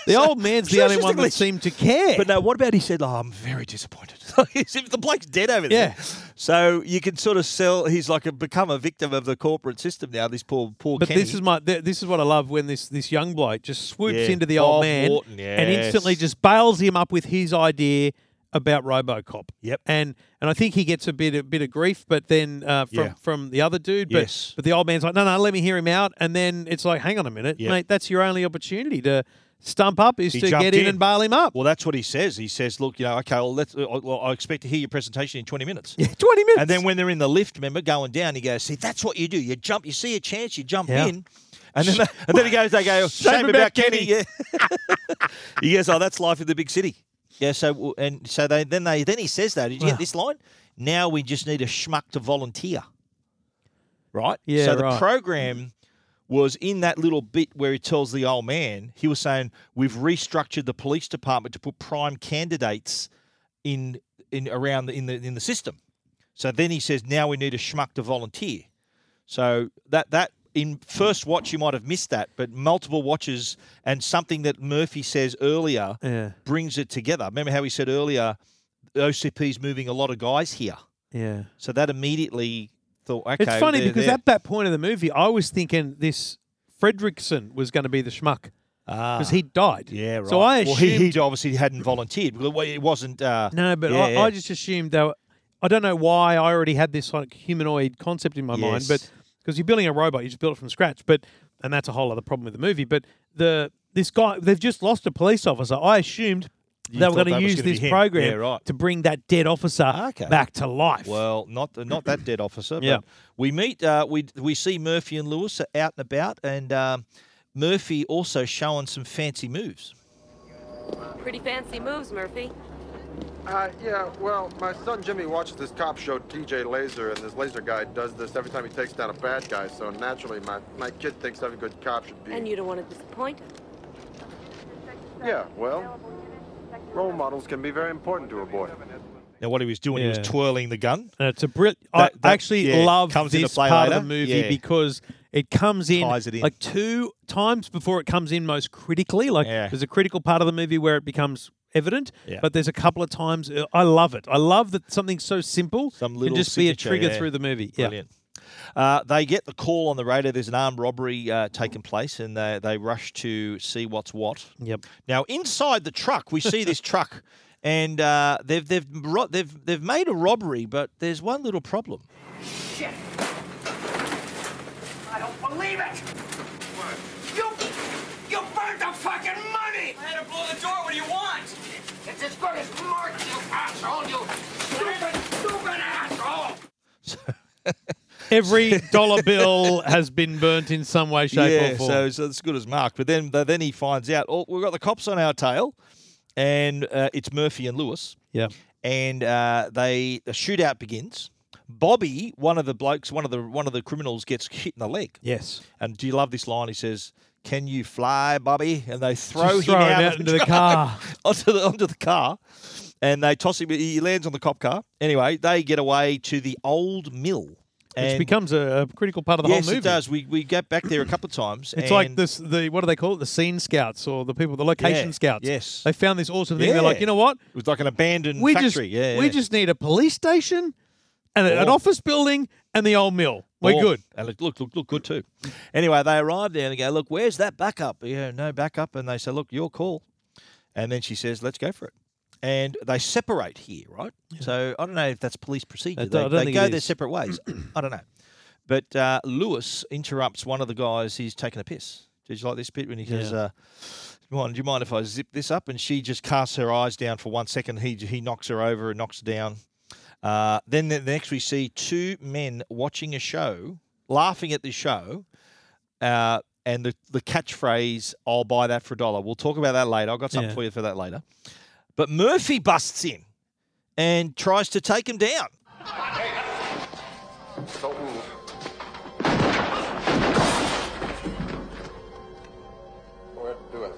Speaker 2: The old man's the
Speaker 1: Sure, it's
Speaker 2: only
Speaker 1: just a
Speaker 2: one that
Speaker 1: glitch.
Speaker 2: seemed to care.
Speaker 1: But no, what about he said, "Oh, I'm very disappointed." As if the bloke's dead over there.
Speaker 2: Yeah.
Speaker 1: So you can sort of sell. He's like a, become a victim of the corporate system now. This poor, poor.
Speaker 2: But
Speaker 1: Kenny.
Speaker 2: this is my th- this is what I love when this this young bloke just swoops
Speaker 1: Yeah,
Speaker 2: into the old
Speaker 1: Bob
Speaker 2: man
Speaker 1: Wharton,
Speaker 2: and instantly
Speaker 1: yes.
Speaker 2: just bails him up with his idea about RoboCop.
Speaker 1: Yep.
Speaker 2: And and I think he gets a bit a bit of grief, but then uh, from
Speaker 1: Yeah.
Speaker 2: from the other dude. But
Speaker 1: Yes.
Speaker 2: but the old man's like, no, no, let me hear him out. And then it's like, hang on a minute,
Speaker 1: Yeah.
Speaker 2: mate, that's your only opportunity to stump up is
Speaker 1: He
Speaker 2: to
Speaker 1: jumped
Speaker 2: get in,
Speaker 1: in.
Speaker 2: and bail him up.
Speaker 1: Well, that's what he says. He says, "Look, you know, okay, well, let's. uh, Well, I expect to hear your presentation in twenty minutes." Yeah,
Speaker 2: twenty minutes.
Speaker 1: And then when they're in the lift, remember, going down, he goes, "See, that's what you do. You jump. You see a chance, you jump
Speaker 2: Yeah.
Speaker 1: in." And then, and then he goes, "They go, shame, about, Kenny." Yeah. he goes, "Oh, that's life in the big city." Yeah. So w- and so they then they then he says though, did you
Speaker 2: Wow.
Speaker 1: get this line? Now we just need a schmuck to volunteer, right?
Speaker 2: Yeah,
Speaker 1: So the
Speaker 2: right.
Speaker 1: program was in that little bit where he tells the old man, he was saying, We've restructured the police department to put prime candidates in in around the, in the in the system. So then he says, Now we need a schmuck to volunteer. So that that in first watch you might have missed that, but multiple watches and something that Murphy says earlier
Speaker 2: Yeah.
Speaker 1: brings it together. Remember how he said earlier, OCP's moving a lot of guys here.
Speaker 2: Yeah.
Speaker 1: So that immediately thought, okay.
Speaker 2: it's funny
Speaker 1: they're
Speaker 2: because
Speaker 1: there.
Speaker 2: at that point of the movie, I was thinking this Fredrickson was going to be the schmuck because he died.
Speaker 1: Ah. Yeah, right.
Speaker 2: So I
Speaker 1: well, he,
Speaker 2: assumed-
Speaker 1: he obviously hadn't volunteered. Well, well, It wasn't. Uh,
Speaker 2: No, but
Speaker 1: yeah,
Speaker 2: I,
Speaker 1: yeah.
Speaker 2: I just assumed though. I don't know why I already had this like humanoid concept in my mind, but
Speaker 1: Yes.
Speaker 2: because you're building a robot, you just build it from scratch. But and that's a whole other problem with the movie. But the this guy, they've just lost a police officer. I assumed
Speaker 1: You
Speaker 2: they were
Speaker 1: thought
Speaker 2: going
Speaker 1: that was
Speaker 2: to use
Speaker 1: gonna be
Speaker 2: this
Speaker 1: him.
Speaker 2: program
Speaker 1: Yeah, right.
Speaker 2: to bring that dead officer back to life.
Speaker 1: Well, not uh, not that dead officer.
Speaker 2: Yeah.
Speaker 1: But we meet. Uh, we we see Murphy and Lewis out and about, and um, Murphy also showing some fancy moves.
Speaker 15: Pretty fancy moves, Murphy.
Speaker 10: Uh, yeah, well, my son Jimmy watches this cop show, TJ Laser, and this laser guy does this every time he takes down a bad guy, so naturally my, my kid thinks every good cop should be.
Speaker 15: And you don't want to disappoint him.
Speaker 10: Yeah, well, role models can be very important to a boy.
Speaker 1: Now, what he was doing, he was
Speaker 2: Yeah.
Speaker 1: twirling the gun.
Speaker 2: And Uh, it's a brilliant. I
Speaker 1: That- that-
Speaker 2: actually
Speaker 1: yeah,
Speaker 2: love
Speaker 1: comes into
Speaker 2: this
Speaker 1: play
Speaker 2: part
Speaker 1: later.
Speaker 2: of the movie
Speaker 1: Yeah.
Speaker 2: because it comes in,
Speaker 1: Ties it in.
Speaker 2: like two times before it comes in most critically. Like there's a critical part of the movie where it becomes evident,
Speaker 1: Yeah.
Speaker 2: but there's a couple of times uh, I love it. I love that something so simple
Speaker 1: Some
Speaker 2: can
Speaker 1: little
Speaker 2: just be a
Speaker 1: signature,
Speaker 2: trigger
Speaker 1: yeah.
Speaker 2: through the movie. Yeah.
Speaker 1: Brilliant. Uh, they get the call on the radio. There's an armed robbery uh, taking place, and they, they rush to see what's what.
Speaker 2: Yep.
Speaker 1: Now inside the truck, we see this truck, and uh, they've they've ro- they've they've made a robbery, but there's one little problem.
Speaker 12: Shit! I don't believe it! You, you burnt the fucking money! I had to blow the door. What do you want? It's as good as Martin, you asshole! You stupid, stupid asshole!
Speaker 2: Every dollar bill has been burnt in some way, shape,
Speaker 1: yeah,
Speaker 2: or form.
Speaker 1: so, so it's good as marked. But then but then he finds out, oh, we've got the cops on our tail, and uh, it's Murphy and Lewis.
Speaker 2: Yeah.
Speaker 1: and uh, they the shootout begins. Bobby, one of the blokes, one of the one of the criminals, gets hit in the leg.
Speaker 2: Yes.
Speaker 1: And do you love this line? He says, "Can you fly, Bobby?" And they throw
Speaker 2: throw
Speaker 1: him
Speaker 2: him
Speaker 1: out,
Speaker 2: out
Speaker 1: of
Speaker 2: into the
Speaker 1: truck,
Speaker 2: car.
Speaker 1: onto the onto the car, and they toss him. He lands on the cop car. Anyway, they get away to the old mill,
Speaker 2: Which
Speaker 1: and
Speaker 2: becomes a, a critical part of the
Speaker 1: yes,
Speaker 2: whole movie.
Speaker 1: it does. We we get back there a couple of times.
Speaker 2: It's
Speaker 1: and
Speaker 2: like this the what do they call it? The scene scouts or the people, the location
Speaker 1: Yeah,
Speaker 2: scouts.
Speaker 1: yes.
Speaker 2: They found this awesome thing. They're like,
Speaker 1: Yeah.
Speaker 2: you know what?
Speaker 1: It was like an abandoned
Speaker 2: We
Speaker 1: factory.
Speaker 2: just
Speaker 1: yeah,
Speaker 2: we
Speaker 1: yeah.
Speaker 2: just need a police station and a- an
Speaker 1: Oh.
Speaker 2: office building and the old mill. We're
Speaker 1: Boom.
Speaker 2: good.
Speaker 1: And look, look, look, look, good too. Anyway, they arrive there and they go, look, where's that backup? Yeah, no backup. And they say, look, your call. And then she says, let's go for it. And they separate here, right? So I don't know if that's police procedure.
Speaker 2: I
Speaker 1: They,
Speaker 2: don't- I don't
Speaker 1: they
Speaker 2: think it
Speaker 1: go their
Speaker 2: is.
Speaker 1: separate ways. I don't know. But uh, Lewis interrupts one of the guys who's taking a piss. Did you like this bit when he goes,
Speaker 2: Yeah.
Speaker 1: uh, come on, do you mind if I zip this up? And she just casts her eyes down for one second. He, he knocks her over and knocks her down. Uh, then the, the next we see two men watching a show, laughing at the show, uh, and the, the catchphrase, I'll buy that for a dollar. We'll talk about that later. I've got something
Speaker 2: Yeah.
Speaker 1: for you for that later. But Murphy busts in and tries to take him down.
Speaker 10: Don't move.
Speaker 7: Go ahead and do it.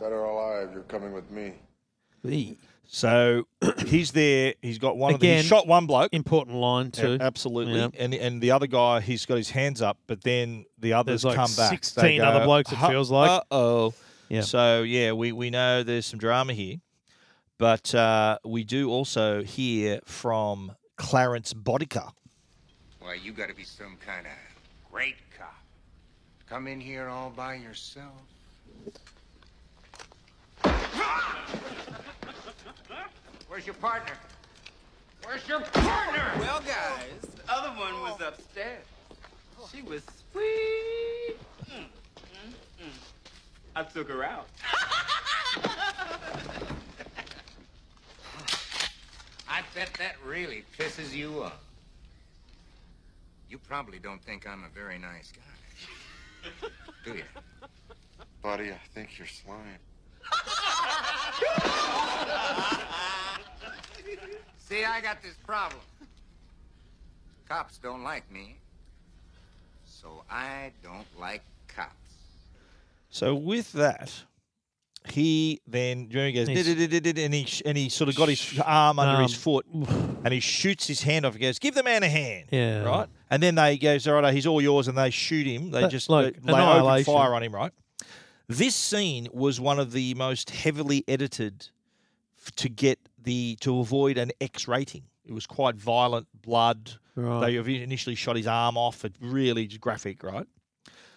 Speaker 7: Dead or alive, you're coming with me.
Speaker 1: So he's there. He's got one of the,
Speaker 2: Again,
Speaker 1: he shot one bloke.
Speaker 2: Important line
Speaker 1: Yeah,
Speaker 2: too.
Speaker 1: absolutely.
Speaker 2: Yeah.
Speaker 1: And and the other guy, he's got his hands up, but then the others
Speaker 2: There's like
Speaker 1: come back. They
Speaker 2: 16 other blokes, it
Speaker 1: "Huh,
Speaker 2: feels like."
Speaker 1: Uh-oh.
Speaker 2: Yeah.
Speaker 1: So, yeah, we, we know there's some drama here. But uh, we do also hear from Clarence Bodica.
Speaker 16: Why, you gotta be some kind of great cop. to Come in here all by yourself.
Speaker 12: Where's your partner? Where's your partner? Well, guys, the other one was upstairs. She was sweet. Mm, mm, mm. I took her out.
Speaker 16: I bet that really pisses you off. You probably don't think I'm a very nice guy. Do you?
Speaker 7: Buddy, I think you're slime.
Speaker 16: See, I got this problem. Cops don't like me. So I don't like cops.
Speaker 1: So with that, he then do you remember he goes
Speaker 2: He's-
Speaker 1: "Did-did-did-did," and he sh- and he sort of got his arm under his
Speaker 2: Um,
Speaker 1: foot, and he shoots his hand off. He goes, "Give the man a hand."
Speaker 2: Yeah.
Speaker 1: Right. And then they goes, "All right, uh, he's all yours," and they shoot him. They
Speaker 2: That-
Speaker 1: just
Speaker 2: like
Speaker 1: they, they open
Speaker 2: annihilation.
Speaker 1: fire on him. Right. This scene was one of the most heavily edited f- to get the to avoid an X rating. It was quite violent, blood.
Speaker 2: Right.
Speaker 1: They initially shot his arm off. It really graphic, right?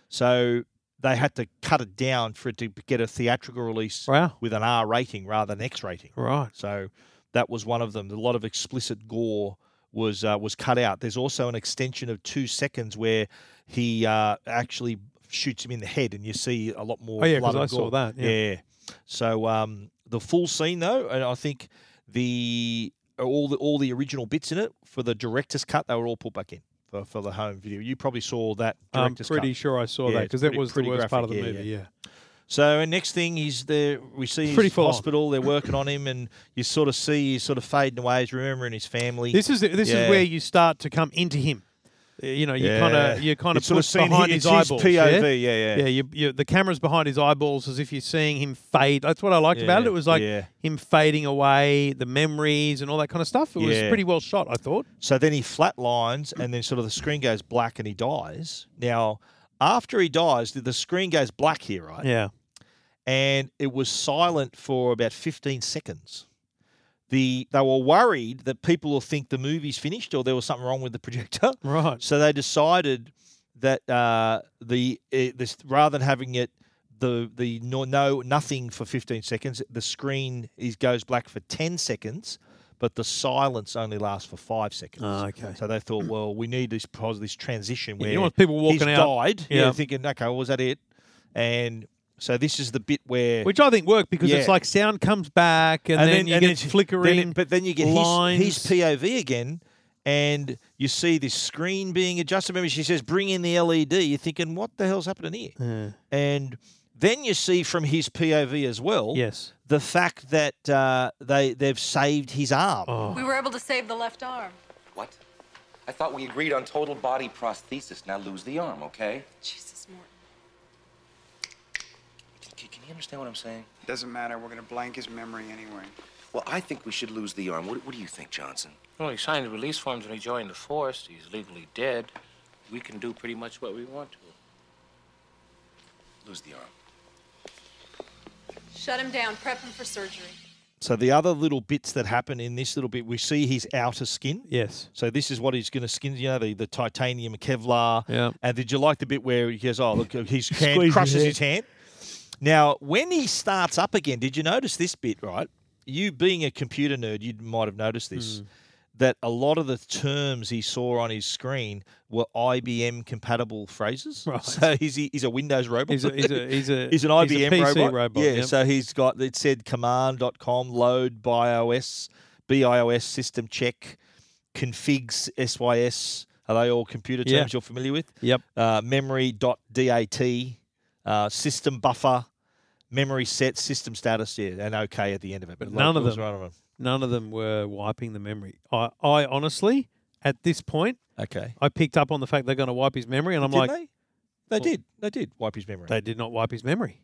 Speaker 1: So they had to cut it down for it to get a theatrical release
Speaker 2: Wow.
Speaker 1: with an R rating rather than X rating.
Speaker 2: Right.
Speaker 1: So that was one of them. A lot of explicit gore was uh, was cut out. There's also an extension of two seconds where he uh, actually shoots him in the head, and you see a lot more.
Speaker 2: Oh, yeah,
Speaker 1: blood
Speaker 2: 'cause I
Speaker 1: and gore.
Speaker 2: saw that, yeah.
Speaker 1: So um, the full scene though, and I think the all the all the original bits in it for the director's cut, they were all put back in. For, for the home video, you probably saw that.
Speaker 2: I'm
Speaker 1: director's cut.
Speaker 2: pretty sure I saw
Speaker 1: Yeah,
Speaker 2: that
Speaker 1: it's
Speaker 2: because that
Speaker 1: pretty-
Speaker 2: was the
Speaker 1: pretty
Speaker 2: worst part of the
Speaker 1: graphic,
Speaker 2: movie. Yeah.
Speaker 1: So and next thing is the we see
Speaker 2: Pretty
Speaker 1: his
Speaker 2: full on.
Speaker 1: hospital. They're working on him, and you sort of see he's sort of fading away. He's remembering his family.
Speaker 2: This is this
Speaker 1: Yeah.
Speaker 2: is where you start to come into him. Uh, You know, you
Speaker 1: Yeah.
Speaker 2: kind of you kind of
Speaker 1: It's sort of
Speaker 2: push
Speaker 1: seen hi-
Speaker 2: behind
Speaker 1: it's
Speaker 2: his,
Speaker 1: his
Speaker 2: eyeballs.
Speaker 1: POV, yeah, yeah.
Speaker 2: Yeah, you, you, the camera's behind his eyeballs as if you're seeing him fade. That's what I liked about it.
Speaker 1: Yeah,
Speaker 2: It was like
Speaker 1: yeah.
Speaker 2: him fading away, the memories and all that kind of stuff. It was
Speaker 1: Yeah.
Speaker 2: pretty well shot, I thought.
Speaker 1: So then he flatlines, and then sort of the screen goes black, and he dies. Now, after he dies, the- the screen goes black here, right?
Speaker 2: Yeah.
Speaker 1: And it was silent for about 15 seconds. The they were worried that people will think the movie's finished or there was something wrong with the projector.
Speaker 2: Right.
Speaker 1: So they decided that uh, the eh, this rather than having it the the no, no nothing for 15 seconds, the screen is goes black for 10 seconds, but the silence only lasts for five seconds.
Speaker 2: Ah, okay.
Speaker 1: So they thought, well, we need this pos- this transition
Speaker 2: Yeah,
Speaker 1: where
Speaker 2: you want people
Speaker 1: he's
Speaker 2: walking out.
Speaker 1: died.
Speaker 2: Yeah.
Speaker 1: yeah, thinking, okay, well, was that it? And so this is the bit where
Speaker 2: Which I think worked because it's
Speaker 1: Yeah.
Speaker 2: like sound comes back and, then, you
Speaker 1: and
Speaker 2: get
Speaker 1: then-
Speaker 2: flickering.
Speaker 1: then it- but then you get
Speaker 2: lines.
Speaker 1: his, his POV again, and you see this screen being adjusted. Remember, she says, "Bring in the LED." You're thinking, "What the hell's happening here?"
Speaker 2: Yeah.
Speaker 1: And then you see from his POV as well,
Speaker 2: Yes.
Speaker 1: the fact that uh, they they've saved his arm.
Speaker 2: Oh.
Speaker 17: We were able to save the left arm.
Speaker 18: What? I thought we agreed on total body prosthesis. Now lose the arm, okay?
Speaker 17: Jesus, Morton.
Speaker 18: Can, can you understand what I'm saying?
Speaker 19: Doesn't matter. We're going to blank his memory anyway.
Speaker 18: Well, I think we should lose the arm. What, what do you think, Johnson?
Speaker 20: Well, he signed the release forms when he joined the force. He's legally dead. We can do pretty much what we want to.
Speaker 18: Lose the arm.
Speaker 17: Shut him down. Prep him for surgery.
Speaker 1: So the other little bits that happen in this little bit, we see his outer skin.
Speaker 2: Yes.
Speaker 1: So this is what he's going to skin. You know, the, the titanium Kevlar.
Speaker 2: Yeah.
Speaker 1: And did you like the bit where he goes, "Oh, look, his
Speaker 2: Squeezes
Speaker 1: hand
Speaker 2: his
Speaker 1: crushes
Speaker 2: hand.
Speaker 1: his hand." Now, when he starts up again, did you notice this bit? Right, you being a computer nerd, you might have noticed this.
Speaker 2: Mm.
Speaker 1: That a lot of the terms he saw on his screen were IBM compatible phrases.
Speaker 2: Right.
Speaker 1: So he's, he's a Windows robot.
Speaker 2: He's a- he's a- he's a-
Speaker 1: He's an IBM
Speaker 2: he's a PC
Speaker 1: robot.
Speaker 2: robot,
Speaker 1: Yeah.
Speaker 2: yep.
Speaker 1: So he's got it said command.com load BIOS BIOS system check configs SYS. Are they all computer terms
Speaker 2: Yeah.
Speaker 1: you're familiar with?
Speaker 2: Yep.
Speaker 1: Uh, memory.dat, uh, system buffer, memory set, system status, yeah, and okay at the end of it. But
Speaker 2: None of
Speaker 1: was
Speaker 2: them.
Speaker 1: None of them.
Speaker 2: None of them were wiping the memory. I, I honestly, at this point,
Speaker 1: okay,
Speaker 2: I picked up on the fact they're going to wipe his memory, and I'm
Speaker 1: Did
Speaker 2: like,
Speaker 1: they? They did. They did wipe his memory.
Speaker 2: They did not wipe his memory.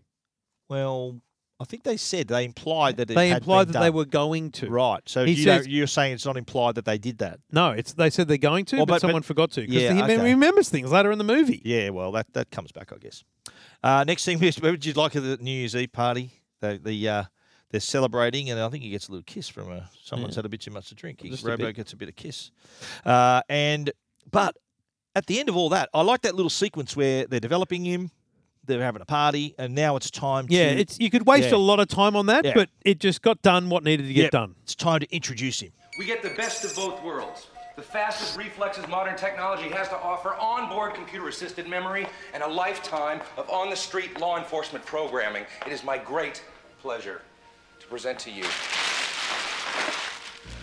Speaker 1: Well, I think they said they implied that it
Speaker 2: they
Speaker 1: had
Speaker 2: implied that
Speaker 1: been
Speaker 2: they
Speaker 1: done.
Speaker 2: were going to.
Speaker 1: Right. So
Speaker 2: He
Speaker 1: you
Speaker 2: says-
Speaker 1: don't- you're saying it's not implied that they did that.
Speaker 2: No, it's they said they're going to,
Speaker 1: Oh,
Speaker 2: but,
Speaker 1: but- but-
Speaker 2: someone forgot to because
Speaker 1: yeah,
Speaker 2: he mem-
Speaker 1: okay.
Speaker 2: remembers things later in the movie.
Speaker 1: Yeah, well, that, that comes back, I guess. Uh, next thing, is- would you like at the New Year's Eve party? The the uh, they're celebrating, and I think he gets a little kiss from a, someone's
Speaker 2: Yeah.
Speaker 1: had a bit too much to drink. He,
Speaker 2: Just a
Speaker 1: Robo
Speaker 2: bit.
Speaker 1: gets a bit of kiss, uh, and but at the end of all that, I like that little sequence where they're developing him, they're having a party, and now it's time.
Speaker 2: Yeah,
Speaker 1: to,
Speaker 2: it's you could waste
Speaker 1: Yeah.
Speaker 2: a lot of time on that,
Speaker 1: Yeah.
Speaker 2: but it just got done what needed to get
Speaker 1: Yep.
Speaker 2: done.
Speaker 1: It's time to introduce him.
Speaker 21: We get the best of both worlds. The fastest reflexes modern technology has to offer, onboard computer assisted memory, and a lifetime of on the street law enforcement programming. It is my great pleasure to present to you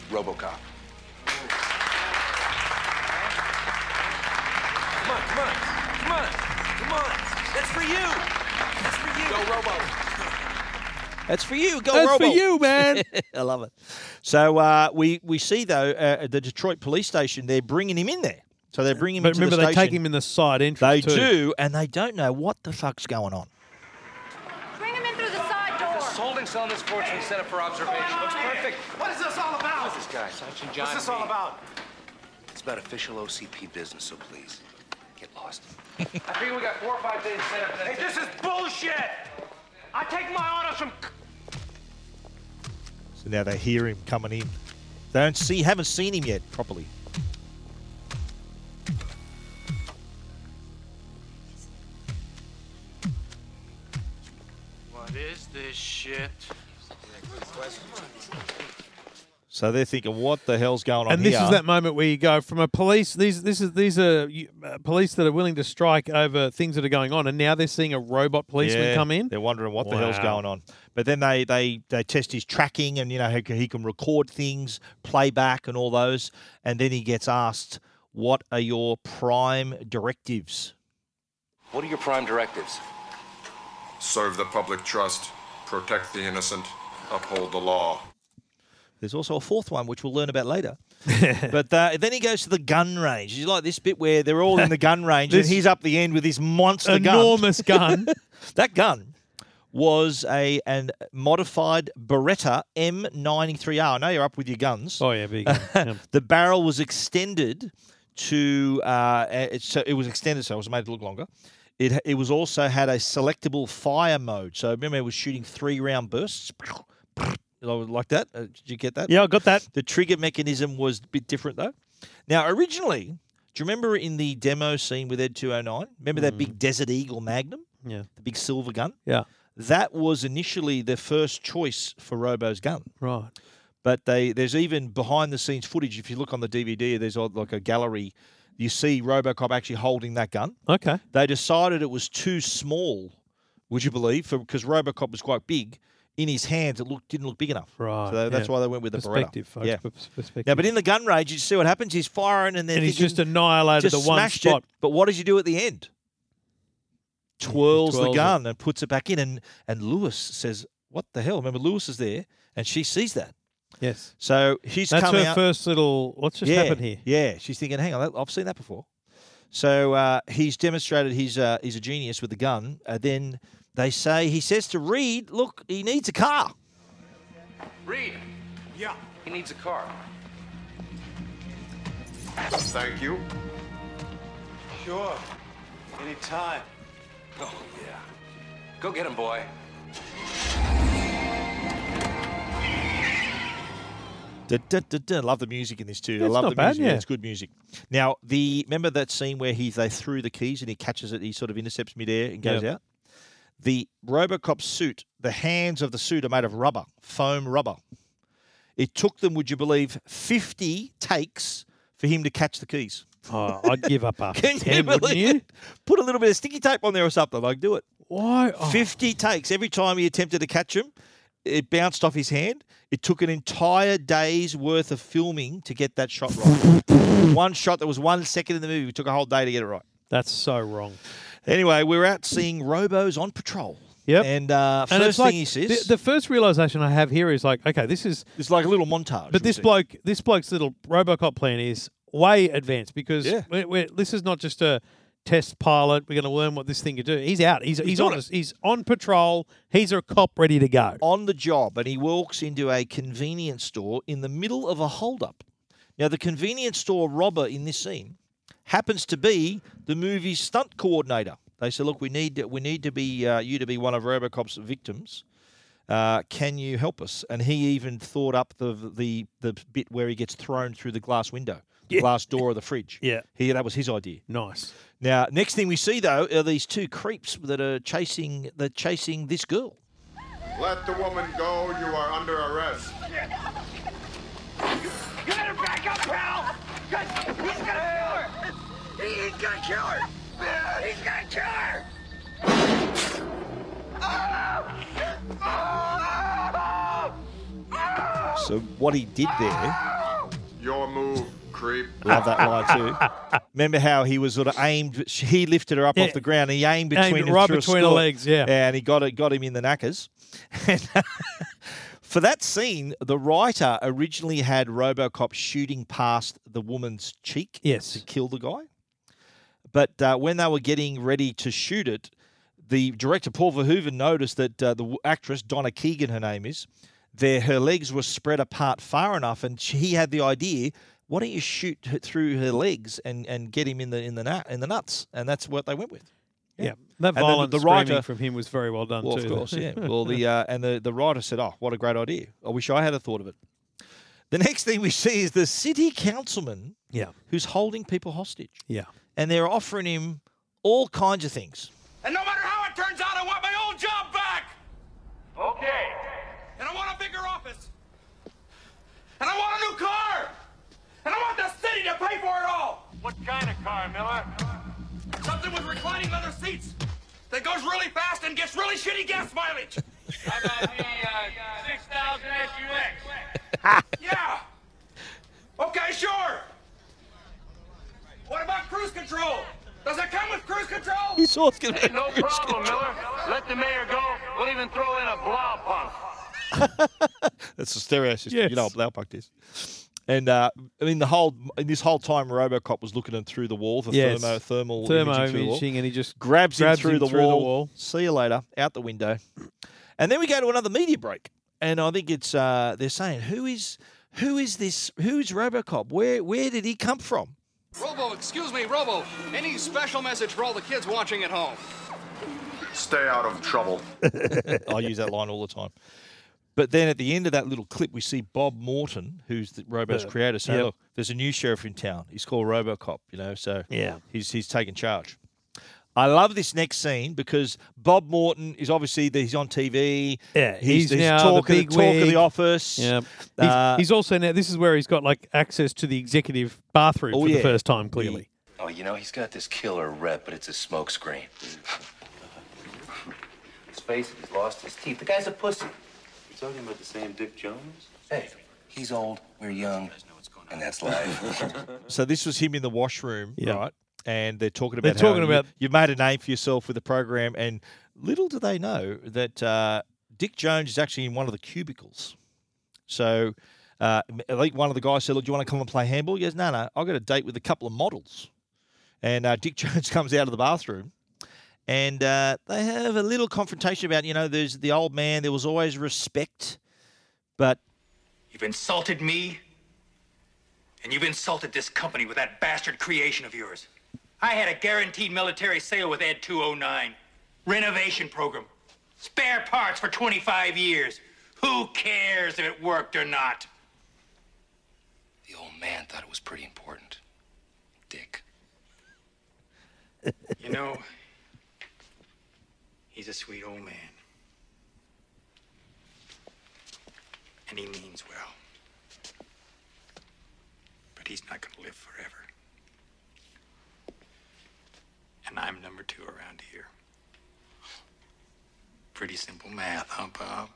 Speaker 21: Robocop.
Speaker 4: Come on, come on, come on, come on. That's for you. That's for you. Go, Robo.
Speaker 1: That's for you. Go
Speaker 4: That's for
Speaker 1: Robo.
Speaker 4: you, man.
Speaker 1: I love it. So uh, we we see though uh, at the Detroit police station they're bringing him in there. So they're bringing him.
Speaker 2: But
Speaker 1: into
Speaker 2: remember,
Speaker 1: the
Speaker 2: they
Speaker 1: station.
Speaker 2: take him in the side
Speaker 1: They
Speaker 2: entrance. too.
Speaker 1: do, and they don't know what the fuck's going on.
Speaker 21: Bring him in through the side door. This holding cell in this court's been set up for observation. Looks perfect.
Speaker 11: What is this all about?
Speaker 21: Who's this guy? Sergeant
Speaker 11: What's this all about?
Speaker 21: It's about official OCP business, so please get lost. I figure we got four or five days set up.
Speaker 11: Hey, this is bullshit! I take my orders from
Speaker 1: So now they hear him coming in. They don't see, haven't seen him yet properly.
Speaker 22: What is this shit?
Speaker 1: So they're thinking, what the hell's going on
Speaker 2: And this
Speaker 1: here?
Speaker 2: is that moment where you go from a police. These, this is these are you- uh, police that are willing to strike over things that are going on, and now they're seeing a robot policeman
Speaker 1: Yeah,
Speaker 2: come in.
Speaker 1: They're wondering what the hell's
Speaker 2: Wow.
Speaker 1: going on. But then they, they, they test his tracking and, you know, he can, he can record things, playback and all those. And then he gets asked, what are your prime directives?
Speaker 21: What are your prime directives?
Speaker 14: serve the public trust, protect the innocent, uphold the law.
Speaker 1: There's also a fourth one, which we'll learn about later. but uh, then he goes to the gun range. You like this bit where they're all in the gun range, and
Speaker 2: This
Speaker 1: he's up the end with his monster
Speaker 2: enormous
Speaker 1: gun.
Speaker 2: gun.
Speaker 1: that gun was a an modified Beretta M93R. I know you're up with your guns.
Speaker 2: Oh yeah, big. yeah.
Speaker 1: the barrel was extended to uh, it, so it was extended so it was made to look longer. It it was also had a selectable fire mode. So remember, it was shooting three round bursts. Like that? Uh, did you get that?
Speaker 2: Yeah, I got that.
Speaker 1: The trigger mechanism was a bit different though. Now, originally, do you remember in the demo scene with Ed 209? Remember that big Desert Eagle Magnum?
Speaker 2: Yeah.
Speaker 1: The big silver gun?
Speaker 2: Yeah.
Speaker 1: That was initially their first choice for Robo's gun.
Speaker 2: Right.
Speaker 1: But they there's even behind the scenes footage. If you look on the DVD, there's all- like a gallery. You see Robocop actually holding that gun.
Speaker 2: Okay.
Speaker 1: They decided it was too small. Would you believe? Because Robocop was quite big. In his hands, it looked didn't look big enough.
Speaker 2: Right,
Speaker 1: So that's
Speaker 2: yeah.
Speaker 1: why they went with the
Speaker 2: Perspective,
Speaker 1: Beretta.
Speaker 2: folks,
Speaker 1: Yeah.
Speaker 2: pers- perspective.
Speaker 1: Now, but in the gun range, you see what happens. He's firing, and then
Speaker 2: And he's just annihilated the one spot.
Speaker 1: But what does he do at the end? Twirls, the
Speaker 2: twirls it.
Speaker 1: gun and puts it back in, and and Lewis says, "What the hell?" Remember, Lewis is there, and she sees that.
Speaker 2: Yes.
Speaker 1: So she's
Speaker 2: That's
Speaker 1: coming
Speaker 2: her
Speaker 1: up-
Speaker 2: first little. What's just
Speaker 1: yeah,
Speaker 2: happened here?
Speaker 1: Yeah, she's thinking, hang on, that- I've seen that before. So uh, he's demonstrated he's uh, he's a genius with the gun. Uh, then they say he says to Reed, look, he needs a car.
Speaker 21: Reed. Yeah. He needs a car. Thank you.
Speaker 11: Sure. Anytime.
Speaker 21: Oh, yeah. Go get him, boy.
Speaker 1: Da, da, da, da. Love the music in this too. I
Speaker 2: It's
Speaker 1: love
Speaker 2: not
Speaker 1: the
Speaker 2: bad,
Speaker 1: music.
Speaker 2: yeah.
Speaker 1: It's good music. Now the remember that scene where he they threw the keys and he catches it. He sort of intercepts midair and goes
Speaker 2: Yeah.
Speaker 1: out. The RoboCop suit, the hands of the suit are made of rubber, foam rubber. It took them, would you believe, fifty takes for him to catch the keys.
Speaker 2: Oh, I'd give up after
Speaker 1: Can you
Speaker 2: ten, wouldn't
Speaker 1: believe
Speaker 2: you?
Speaker 1: it? Put a little bit of sticky tape on there or something. Like, do it.
Speaker 2: Why? Oh,
Speaker 1: 50 takes. Every time he attempted to catch him, it bounced off his hand. It took an entire day's worth of filming to get that shot right. one shot that was one second in the movie. It took a whole day to get it right.
Speaker 2: that's so wrong.
Speaker 1: Anyway, we're out seeing robos on patrol.
Speaker 2: Yep.
Speaker 1: And uh, first
Speaker 2: and it's
Speaker 1: thing
Speaker 2: like
Speaker 1: he
Speaker 2: the-
Speaker 1: says,
Speaker 2: the, first realization I have here is like, okay, this is.
Speaker 1: it's like a little montage.
Speaker 2: But
Speaker 1: we
Speaker 2: this
Speaker 1: see.
Speaker 2: bloke, this bloke's little RoboCop plan is way advanced because
Speaker 1: Yeah.
Speaker 2: we're, we're, this is not just a test pilot. We're going to learn what this thing can do. He's out. He's he's,
Speaker 1: doing
Speaker 2: on. us. He's on patrol. He's a cop ready to go.
Speaker 1: on the job and he walks into a convenience store in the middle of a holdup. Now, the convenience store robber in this scene happens to be the movie's stunt coordinator. They say, "Look, we need we need to be uh, you to be one of RoboCop's victims. Uh, can you help us?" And he even thought up the the the bit where he gets thrown through the glass window, the
Speaker 2: Yeah.
Speaker 1: glass door of the fridge.
Speaker 2: Yeah.
Speaker 1: he, that was his idea.
Speaker 2: Nice.
Speaker 1: Now, next thing we see though are these two creeps that are chasing they're chasing this girl.
Speaker 11: Let the woman go. You are under arrest.
Speaker 12: Get her back up, pal! 'Cause He's gonna kill her! He's gonna kill her! He's gonna kill her!
Speaker 1: So what he did there.
Speaker 11: Your move, creep.
Speaker 1: Love that line too. Remember how he was sort of aimed? sh- He lifted her up
Speaker 2: Yeah.
Speaker 1: off the ground. He aimed
Speaker 2: Aimed
Speaker 1: between
Speaker 2: right
Speaker 1: through a
Speaker 2: between her
Speaker 1: score.
Speaker 2: legs, yeah.
Speaker 1: and he got it, got him in the knackers. And for that scene, the writer originally had RoboCop shooting past the woman's cheek
Speaker 2: Yes.
Speaker 1: to kill the guy, but uh, when they were getting ready to shoot it, the director Paul Verhoeven noticed that uh, the w- actress Donna Keegan, her name is, there her legs were spread apart far enough, and she, he had the idea. Why don't you shoot her through her legs and, and get him in the in the nut in the nuts? And that's what they went with.
Speaker 2: Yeah.
Speaker 1: And
Speaker 2: That
Speaker 1: the-
Speaker 2: violent
Speaker 1: the
Speaker 2: screaming
Speaker 1: writer-
Speaker 2: from him was very well done
Speaker 1: Well,
Speaker 2: too.
Speaker 1: of course, yeah. Well, the uh, and the the writer said, "Oh, what a great idea! I wish I had a thought of it." The next thing we see is the city councilman
Speaker 2: yeah.
Speaker 1: who's holding people hostage,
Speaker 2: Yeah.
Speaker 1: and they're offering him all kinds of things.
Speaker 12: And no matter how it turns out, I want my old job back! Okay. And I want a bigger office. And I want a new car! And I want the city to pay for it all! What kind of car, Miller? Something with reclining leather seats that goes really fast and gets really shitty gas mileage. How about the uh, 6000 SUX? yeah! Okay, sure! What about cruise control? The
Speaker 21: Does it come with cruise control?
Speaker 1: He saw it's gonna
Speaker 21: Hey,
Speaker 1: be
Speaker 21: no
Speaker 1: cruise
Speaker 21: problem,
Speaker 1: control.
Speaker 21: Miller. Let the mayor go. We'll even throw in a blow pump.
Speaker 1: That's the stereo system. You know
Speaker 2: Yes.
Speaker 1: what Blaupunkt is. And uh, I mean the whole in this whole time RoboCop was looking at him through the wall, the
Speaker 2: Yes.
Speaker 1: thermo thermal
Speaker 2: Thermo
Speaker 1: imaging, through the wall.
Speaker 2: imaging, and he just
Speaker 1: grabs,
Speaker 2: grabs
Speaker 1: him, through,
Speaker 2: him
Speaker 1: the,
Speaker 2: through the
Speaker 1: wall.
Speaker 2: wall.
Speaker 1: See you later, out the window. And then we go to another media break, and I think it's uh, they're saying who is who is this who's RoboCop? Where where did he come from?
Speaker 3: Robo, excuse me, Robo. Any special message for all the kids watching at home?
Speaker 10: Stay out of trouble.
Speaker 1: I use that line all the time. But then at the end of that little clip, we see Bob Morton, who's the Robo's
Speaker 2: Yeah.
Speaker 1: creator, saying,
Speaker 2: Yep.
Speaker 1: "Look, there's a new sheriff in town. He's called RoboCop. You know, so
Speaker 2: Yeah.
Speaker 1: he's he's taking charge." I love this next scene because Bob Morton is obviously he's on TV.
Speaker 2: Yeah,
Speaker 1: he's,
Speaker 2: he's now the
Speaker 1: talking
Speaker 2: big
Speaker 1: talk of
Speaker 2: wig.
Speaker 1: the office.
Speaker 2: Yeah. He's,
Speaker 1: Uh,
Speaker 2: he's also now. This is where he's got like access to the executive bathroom
Speaker 18: Oh,
Speaker 2: for
Speaker 18: yeah.
Speaker 2: the first time. Clearly,
Speaker 18: Oh, you know, he's got this killer rep, but it's a smokescreen. His face, he's lost his teeth. The guy's a pussy.
Speaker 8: You talking about the same Dick Jones?
Speaker 18: Hey, he's old, we're young, and that's life.
Speaker 1: So this was him in the washroom,
Speaker 2: Yeah.
Speaker 1: right? And they're talking
Speaker 2: They're
Speaker 1: about how
Speaker 2: talking
Speaker 1: you-
Speaker 2: about-
Speaker 1: you've made a name for yourself with the program, and little do they know that uh, Dick Jones is actually in one of the cubicles. So uh, I think one of the guys said, "Look, do you want to come and play handball?" He goes, "No, no, I got a date with a couple of models." And uh, Dick Jones comes out of the bathroom, and uh, they have a little confrontation about, you know, there's the old man. There was always respect, but
Speaker 22: You've insulted me, and you've insulted this company with that bastard creation of yours. I had a guaranteed military sale with Ed 209, renovation program, spare parts for 25 years. Who cares if it worked or not?
Speaker 18: the old man thought it was pretty important. Dick.
Speaker 22: You know, he's a sweet old man. And he means well. But he's not going to live forever. And I'm number two around here. Pretty simple math, huh, Bob?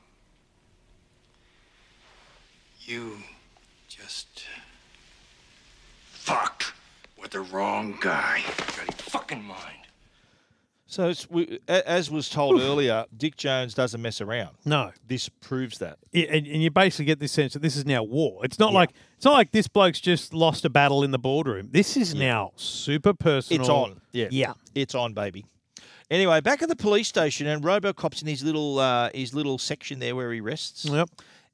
Speaker 22: You just fucked with the wrong guy. Got your fucking mind.
Speaker 1: So, it's, we, a- as was told earlier, Dick Jones doesn't mess around.
Speaker 2: no.
Speaker 1: This proves that.
Speaker 2: I- and, and you basically get this sense that this is now war. It's not like it's not like this bloke's just lost a battle in the boardroom. This is now super personal.
Speaker 1: It's on. Yeah.
Speaker 2: yeah.
Speaker 1: It's on, baby. Anyway, back at the police station, and Robocop's in his little uh, his little section there where he rests.
Speaker 2: Yep.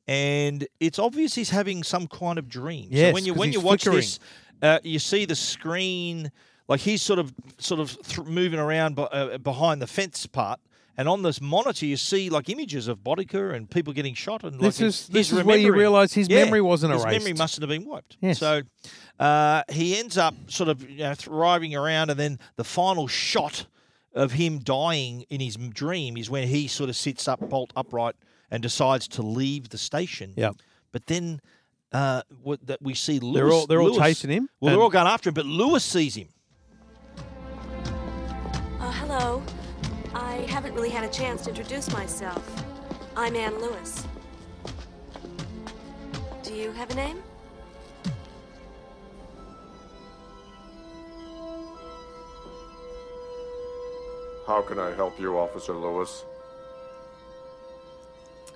Speaker 1: And it's obvious he's having some kind of dream. so
Speaker 2: Yes,
Speaker 1: when you
Speaker 2: 'cause
Speaker 1: when
Speaker 2: he's
Speaker 1: you watch
Speaker 2: flickering.
Speaker 1: this, uh, you see the screen like he's sort of sort of th- moving around b- uh, behind the fence part. And on this monitor, you see like images of Boddicker and people getting shot. And
Speaker 2: This
Speaker 1: like,
Speaker 2: is-
Speaker 1: he's-
Speaker 2: this
Speaker 1: he's
Speaker 2: is where you
Speaker 1: remembering.
Speaker 2: realise his memory wasn't
Speaker 1: His memory
Speaker 2: erased.
Speaker 1: mustn't have been wiped.
Speaker 2: Yes.
Speaker 1: So uh, he ends up sort of you know, thriving around, and then the final shot of him dying in his m- dream is when he sort of sits up bolt upright and decides to leave the station.
Speaker 2: Yep.
Speaker 1: But then uh, what, that we see Lewis.
Speaker 2: They're all- they're all
Speaker 1: Lewis-
Speaker 2: chasing him,
Speaker 1: Well, they're
Speaker 2: and-
Speaker 1: all going after him, but Lewis sees him.
Speaker 15: Uh, hello. I haven't really had a chance to introduce myself. I'm Ann Lewis. Do you have a name?
Speaker 10: How can I help you, Officer Lewis?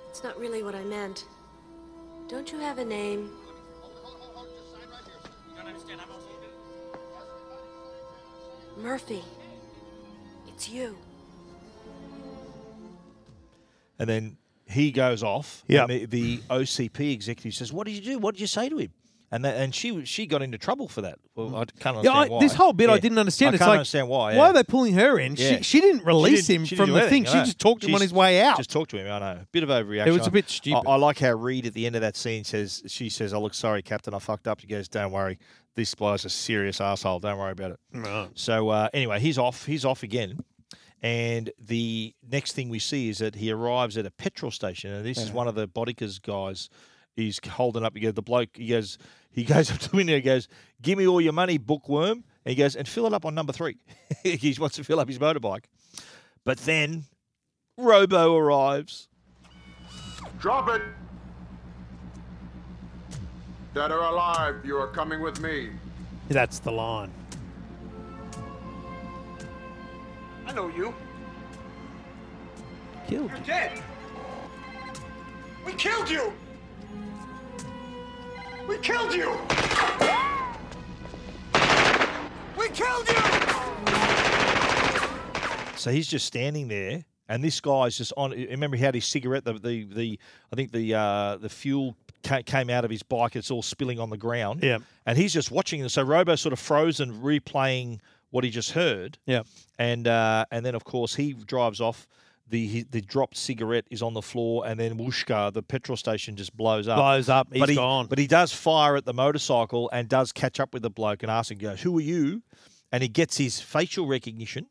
Speaker 15: It's not really what I meant. Don't you have a name? Murphy. It's you.
Speaker 1: And then he goes off.
Speaker 2: Yep.
Speaker 1: And the, the OCP executive says, What did you do? What did you say to him? And that, and she she got into trouble for that. Well, I can't understand
Speaker 2: Yeah, I,
Speaker 1: why.
Speaker 2: this whole bit I
Speaker 1: Yeah.
Speaker 2: didn't understand.
Speaker 1: I
Speaker 2: it's
Speaker 1: can't
Speaker 2: like,
Speaker 1: understand why.
Speaker 2: Why
Speaker 1: yeah.
Speaker 2: are they pulling her in?
Speaker 1: Yeah.
Speaker 2: She, she didn't release
Speaker 1: didn't-
Speaker 2: him
Speaker 1: she didn't do
Speaker 2: from the
Speaker 1: anything,
Speaker 2: thing.
Speaker 1: I
Speaker 2: She
Speaker 1: know.
Speaker 2: just talked to him on
Speaker 1: She's-
Speaker 2: his way out.
Speaker 1: Just talked to him. I know. Bit of overreaction.
Speaker 2: It was a
Speaker 1: I-
Speaker 2: bit stupid.
Speaker 1: I, I like how Reed at the end of that scene says, "She says, I look sorry, Captain. I fucked up." He goes, "Don't worry. This bloke's a serious asshole. Don't worry about it." So uh, anyway, he's off. He's off again. And the next thing we see is that he arrives at a petrol station, and this is
Speaker 2: Yeah.
Speaker 1: one of the Boddicker's guys. He's holding up. He goes, the bloke. He goes, he goes up to him and he goes, "Give me all your money, bookworm." And he goes, and fill it up on number three. he wants to fill up his motorbike. But then Robo arrives.
Speaker 10: Drop it! Dead or alive, you are coming with me.
Speaker 2: That's the line.
Speaker 3: I know you.
Speaker 2: Killed
Speaker 3: You're dead. We killed you. We killed you. We killed you.
Speaker 1: So he's just standing there, and this guy's just on. Remember, he had his cigarette. The the, the I think the uh, the fuel ca- came out of his bike. It's all spilling on the ground.
Speaker 2: Yeah.
Speaker 1: and he's just watching this. So Robo sort of frozen, replaying what he just heard.
Speaker 2: Yeah.
Speaker 1: and uh, and then of course he drives off. The, he- the dropped cigarette is on the floor, and then whooshka, the petrol station just blows up.
Speaker 2: Blows up,
Speaker 1: but
Speaker 2: he's
Speaker 1: he,
Speaker 2: gone.
Speaker 1: But he does fire at the motorcycle and does catch up with the bloke and asks him, goes, "Who are you?" And he gets his facial recognition,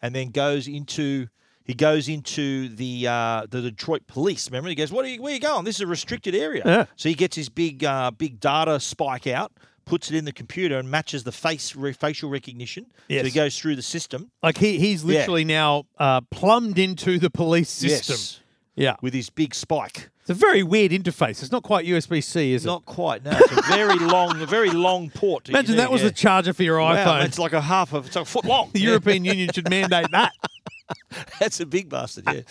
Speaker 1: and then goes into he goes into the uh, the Detroit police. Remember, he goes, "What are you? Where you going? This is a restricted area."
Speaker 2: Yeah.
Speaker 1: So he gets his big uh, big data spike out, puts it in the computer, and matches the face re- facial recognition. So he
Speaker 2: Yes.
Speaker 1: goes through the system.
Speaker 2: Like he, he's
Speaker 1: Yeah.
Speaker 2: literally now uh, plumbed into the police system.
Speaker 1: Yes.
Speaker 2: Yeah.
Speaker 1: With his big spike.
Speaker 2: It's a very weird interface. It's not quite USB C, is
Speaker 1: Not quite. No, it's a very long, a very long port.
Speaker 2: it?
Speaker 1: you
Speaker 2: Imagine
Speaker 1: need,
Speaker 2: that was
Speaker 1: yeah.
Speaker 2: the charger for your
Speaker 1: Wow,
Speaker 2: iPhone.
Speaker 1: It's like a half of it's like a foot long.
Speaker 2: the
Speaker 1: Yeah.
Speaker 2: European Union should mandate that.
Speaker 1: That's a big bastard. Yeah.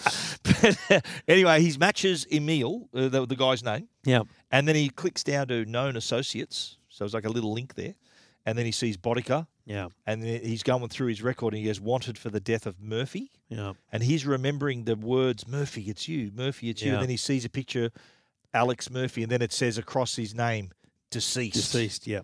Speaker 1: but, uh, anyway, he matches Emil, uh, the, the guy's name.
Speaker 2: Yeah.
Speaker 1: And then he clicks down to known associates. So it's like a little link there. And then he sees Bodica.
Speaker 2: Yeah.
Speaker 1: And then he's going through his record and he goes, wanted for the death of Murphy.
Speaker 2: Yeah.
Speaker 1: And he's remembering the words, Murphy, it's you. Murphy, it's you.
Speaker 2: Yeah.
Speaker 1: And then he sees a picture, Alex Murphy. And then it says across his name, deceased.
Speaker 2: Deceased, yeah.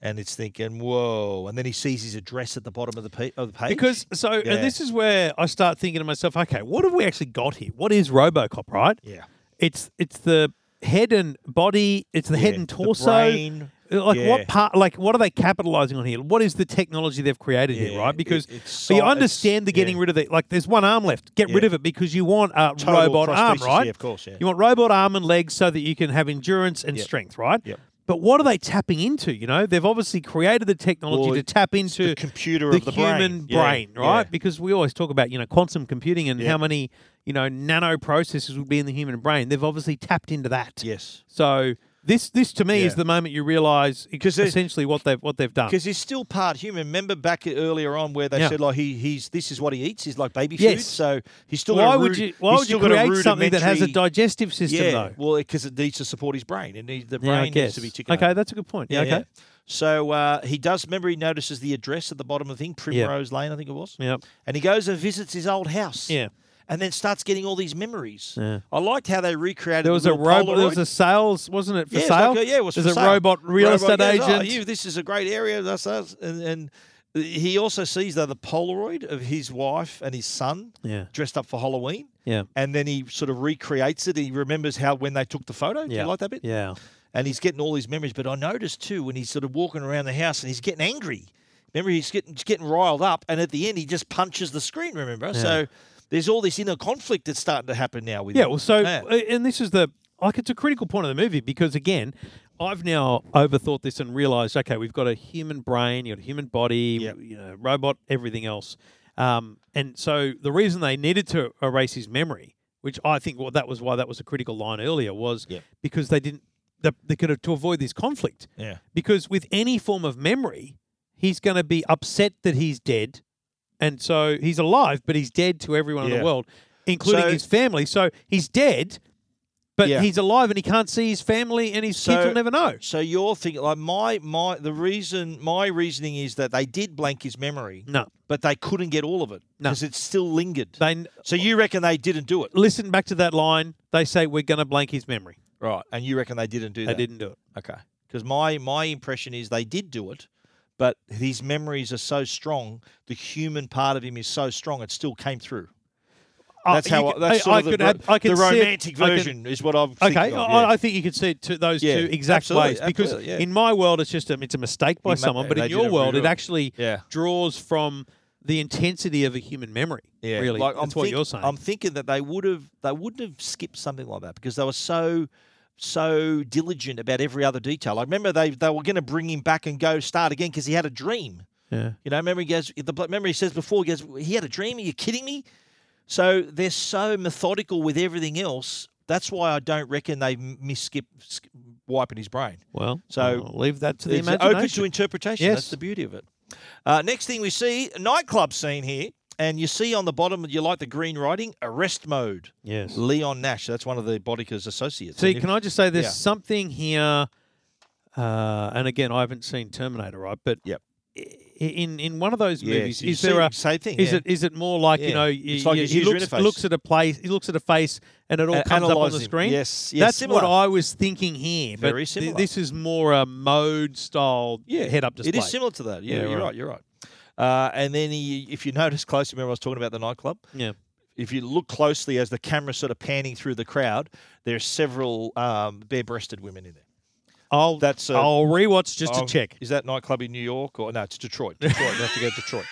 Speaker 1: And it's thinking, whoa. And then he sees his address at the bottom of the, pa- of the page.
Speaker 2: Because so,
Speaker 1: Yeah.
Speaker 2: and this is where I start thinking to myself, okay, what have we actually got here? What is RoboCop, right?
Speaker 1: Yeah.
Speaker 2: It's it's the head and body. It's the head
Speaker 1: Yeah,
Speaker 2: and
Speaker 1: the
Speaker 2: torso.
Speaker 1: brain,
Speaker 2: Like
Speaker 1: yeah.
Speaker 2: what part? Like what are they capitalizing on here? What is the technology they've created
Speaker 1: Yeah,
Speaker 2: here, right? Because
Speaker 1: it- it's
Speaker 2: you
Speaker 1: so- it's-
Speaker 2: understand the getting
Speaker 1: yeah.
Speaker 2: rid of the like. There's one arm left. Get rid
Speaker 1: Yeah.
Speaker 2: of it because you want a
Speaker 1: Total
Speaker 2: robot arm,
Speaker 1: prosthesis,
Speaker 2: right?
Speaker 1: yeah, of course, yeah.
Speaker 2: You want robot arm and legs so that you can have endurance and
Speaker 1: Yep.
Speaker 2: strength, right?
Speaker 1: Yep.
Speaker 2: But what are they tapping into? You know, they've obviously created the technology
Speaker 1: Well,
Speaker 2: to tap into
Speaker 1: the computer of the brain.
Speaker 2: human
Speaker 1: Yeah,
Speaker 2: brain,
Speaker 1: yeah.
Speaker 2: right? Because we always talk about you know quantum computing and
Speaker 1: Yeah.
Speaker 2: how many you know nano processes would be in the human brain. They've obviously tapped into that.
Speaker 1: Yes.
Speaker 2: So this this to me
Speaker 1: Yeah.
Speaker 2: is the moment you realise
Speaker 1: they-
Speaker 2: essentially what they've what they've done.
Speaker 1: Because he's still part human. Remember back earlier on where they
Speaker 2: Yeah.
Speaker 1: said like he he's this is what he eats. He's like baby food.
Speaker 2: Yes.
Speaker 1: So he's still. got
Speaker 2: Why
Speaker 1: a
Speaker 2: would
Speaker 1: rud-
Speaker 2: you why
Speaker 1: he's
Speaker 2: would you
Speaker 1: still got a
Speaker 2: create something that has a
Speaker 1: rudimentary-
Speaker 2: digestive system
Speaker 1: yeah,
Speaker 2: though?
Speaker 1: Well, because it needs to support his brain. It needs the
Speaker 2: Yeah, I
Speaker 1: brain needs to
Speaker 2: guess.
Speaker 1: be ticking.
Speaker 2: okay,
Speaker 1: over.
Speaker 2: that's a good point. Yeah, okay.
Speaker 1: So uh, he does. Remember, he notices the address at the bottom of the thing, Primrose Lane, I think it was.
Speaker 2: Yep.
Speaker 1: And he goes and visits his old house.
Speaker 2: Yeah.
Speaker 1: And then starts getting all these memories.
Speaker 2: Yeah.
Speaker 1: I liked how they recreated.
Speaker 2: There
Speaker 1: the
Speaker 2: was a
Speaker 1: little
Speaker 2: robot. There was
Speaker 1: Polaroid.
Speaker 2: a sales, wasn't it for
Speaker 1: yeah, it's
Speaker 2: sale?
Speaker 1: Like, a- yeah, it was
Speaker 2: There's
Speaker 1: for
Speaker 2: a
Speaker 1: sale.
Speaker 2: robot real
Speaker 1: Robot
Speaker 2: estate
Speaker 1: goes, "Oh,
Speaker 2: agent.
Speaker 1: you, this is a great area. That's us. And, and he also sees though the Polaroid of his wife and his son
Speaker 2: Yeah.
Speaker 1: dressed up for Halloween.
Speaker 2: Yeah.
Speaker 1: And then he sort of recreates it. He remembers how when they took the photo. Do
Speaker 2: Yeah.
Speaker 1: you like that bit?
Speaker 2: Yeah.
Speaker 1: And he's getting all these memories. But I noticed too when he's sort of walking around the house and he's getting angry. Remember, he's getting he's getting riled up, and at the end he just punches the screen. Remember, so there's all this inner conflict that's starting to happen now with
Speaker 2: Yeah,
Speaker 1: him.
Speaker 2: well, so
Speaker 1: Yeah.
Speaker 2: uh, and this is the like it's a critical point of the movie because again, I've now overthought this and realised okay, we've got a human brain, you got a human body, you know, robot, everything else, um, and so the reason they needed to erase his memory, which I think well, that was why that was a critical line earlier, was because they didn't they, they could have to avoid this conflict
Speaker 1: yeah.
Speaker 2: because with any form of memory, he's going to be upset that he's dead, and so he's alive, but he's dead to everyone in
Speaker 1: Yeah.
Speaker 2: the world, including
Speaker 1: So-
Speaker 2: his family. So he's dead, but
Speaker 1: Yeah.
Speaker 2: he's alive, and he can't see his family, and his kids will never know.
Speaker 1: So you're thinking like my my the reason my reasoning is that they did blank his memory.
Speaker 2: No.
Speaker 1: But they couldn't get all of it
Speaker 2: Mm. No.
Speaker 1: because it still lingered.
Speaker 2: They
Speaker 1: so you reckon they didn't do it,
Speaker 2: listen back to that line. They say we're going to blank his memory.
Speaker 1: right? And you reckon they didn't do
Speaker 2: They
Speaker 1: that?
Speaker 2: didn't do it.
Speaker 1: Okay. Because my my impression is they did do it, but his memories are so strong, the human part of him is so strong, it still came through.
Speaker 2: Oh,
Speaker 1: That's
Speaker 2: you
Speaker 1: how. I,
Speaker 2: could-
Speaker 1: that's
Speaker 2: I-
Speaker 1: sort
Speaker 2: I
Speaker 1: of the,
Speaker 2: could
Speaker 1: ro-
Speaker 2: ab- I
Speaker 1: the
Speaker 2: could see it-
Speaker 1: romantic
Speaker 2: I could-
Speaker 1: version is what I'm.
Speaker 2: Okay,
Speaker 1: Thinking of, yeah.
Speaker 2: I, I think you could see it to those
Speaker 1: Yeah,
Speaker 2: two exact
Speaker 1: absolutely,
Speaker 2: ways because
Speaker 1: absolutely, yeah.
Speaker 2: in my world it's just um, it's a mistake by
Speaker 1: You ma-
Speaker 2: someone, but
Speaker 1: they
Speaker 2: in
Speaker 1: did
Speaker 2: your
Speaker 1: it
Speaker 2: world
Speaker 1: real-
Speaker 2: it actually
Speaker 1: Yeah.
Speaker 2: draws from the intensity of a human memory.
Speaker 1: Yeah,
Speaker 2: really,
Speaker 1: Like,
Speaker 2: that's
Speaker 1: I'm
Speaker 2: what
Speaker 1: think-
Speaker 2: you're saying.
Speaker 1: I'm thinking that they would have they wouldn't have skipped something like that because they were so so diligent about every other detail. I remember they they were going to bring him back and go start again because he had a dream.
Speaker 2: yeah.
Speaker 1: You know, remember he goes the blo- remember he says before he goes he had a dream. Are you kidding me? So they're so methodical with everything else. That's why I don't reckon they miss skip, skip wiping his brain.
Speaker 2: Well,
Speaker 1: So-
Speaker 2: I'll leave that to the
Speaker 1: It's
Speaker 2: imagination.
Speaker 1: Open to interpretation. That's
Speaker 2: Yes.
Speaker 1: the beauty of it. Uh, next thing we see, a nightclub scene here. And you see on the bottom, you like the green writing, arrest mode.
Speaker 2: Yes.
Speaker 1: Leon Nash. That's one of the Boddicker's associates.
Speaker 2: See,
Speaker 1: And if-
Speaker 2: can I just say there's
Speaker 1: Yeah.
Speaker 2: something here, uh, and again, I haven't seen Terminator, right? But
Speaker 1: yep.
Speaker 2: in in one of those
Speaker 1: Yes,
Speaker 2: movies,
Speaker 1: you
Speaker 2: is
Speaker 1: see
Speaker 2: there a
Speaker 1: the same thing,
Speaker 2: Is
Speaker 1: yeah.
Speaker 2: it is it more like you
Speaker 1: Yeah.
Speaker 2: know
Speaker 1: It's
Speaker 2: y-
Speaker 1: like
Speaker 2: y-
Speaker 1: his
Speaker 2: he
Speaker 1: user
Speaker 2: looks
Speaker 1: interface.
Speaker 2: looks at a place, he looks at a face, and it all
Speaker 1: A-
Speaker 2: comes up on
Speaker 1: analyse
Speaker 2: the
Speaker 1: him.
Speaker 2: screen.
Speaker 1: Yes, yes,
Speaker 2: that's
Speaker 1: similar.
Speaker 2: what I was thinking here. But
Speaker 1: Very
Speaker 2: thi-
Speaker 1: similar.
Speaker 2: this is more a mode style head up display.
Speaker 1: It is similar to that. Yeah, you're right.
Speaker 2: right.
Speaker 1: You're right. Uh, and then he, if you notice closely, remember I was talking about the nightclub.
Speaker 2: Yeah.
Speaker 1: If you look closely as the camera sort of panning through the crowd, there's several um, bare-breasted women in there.
Speaker 2: I'll
Speaker 1: That's a-
Speaker 2: I'll rewatch just
Speaker 1: Oh,
Speaker 2: to check.
Speaker 1: Is that nightclub in New York or no? It's Detroit. Detroit. we have to go to Detroit.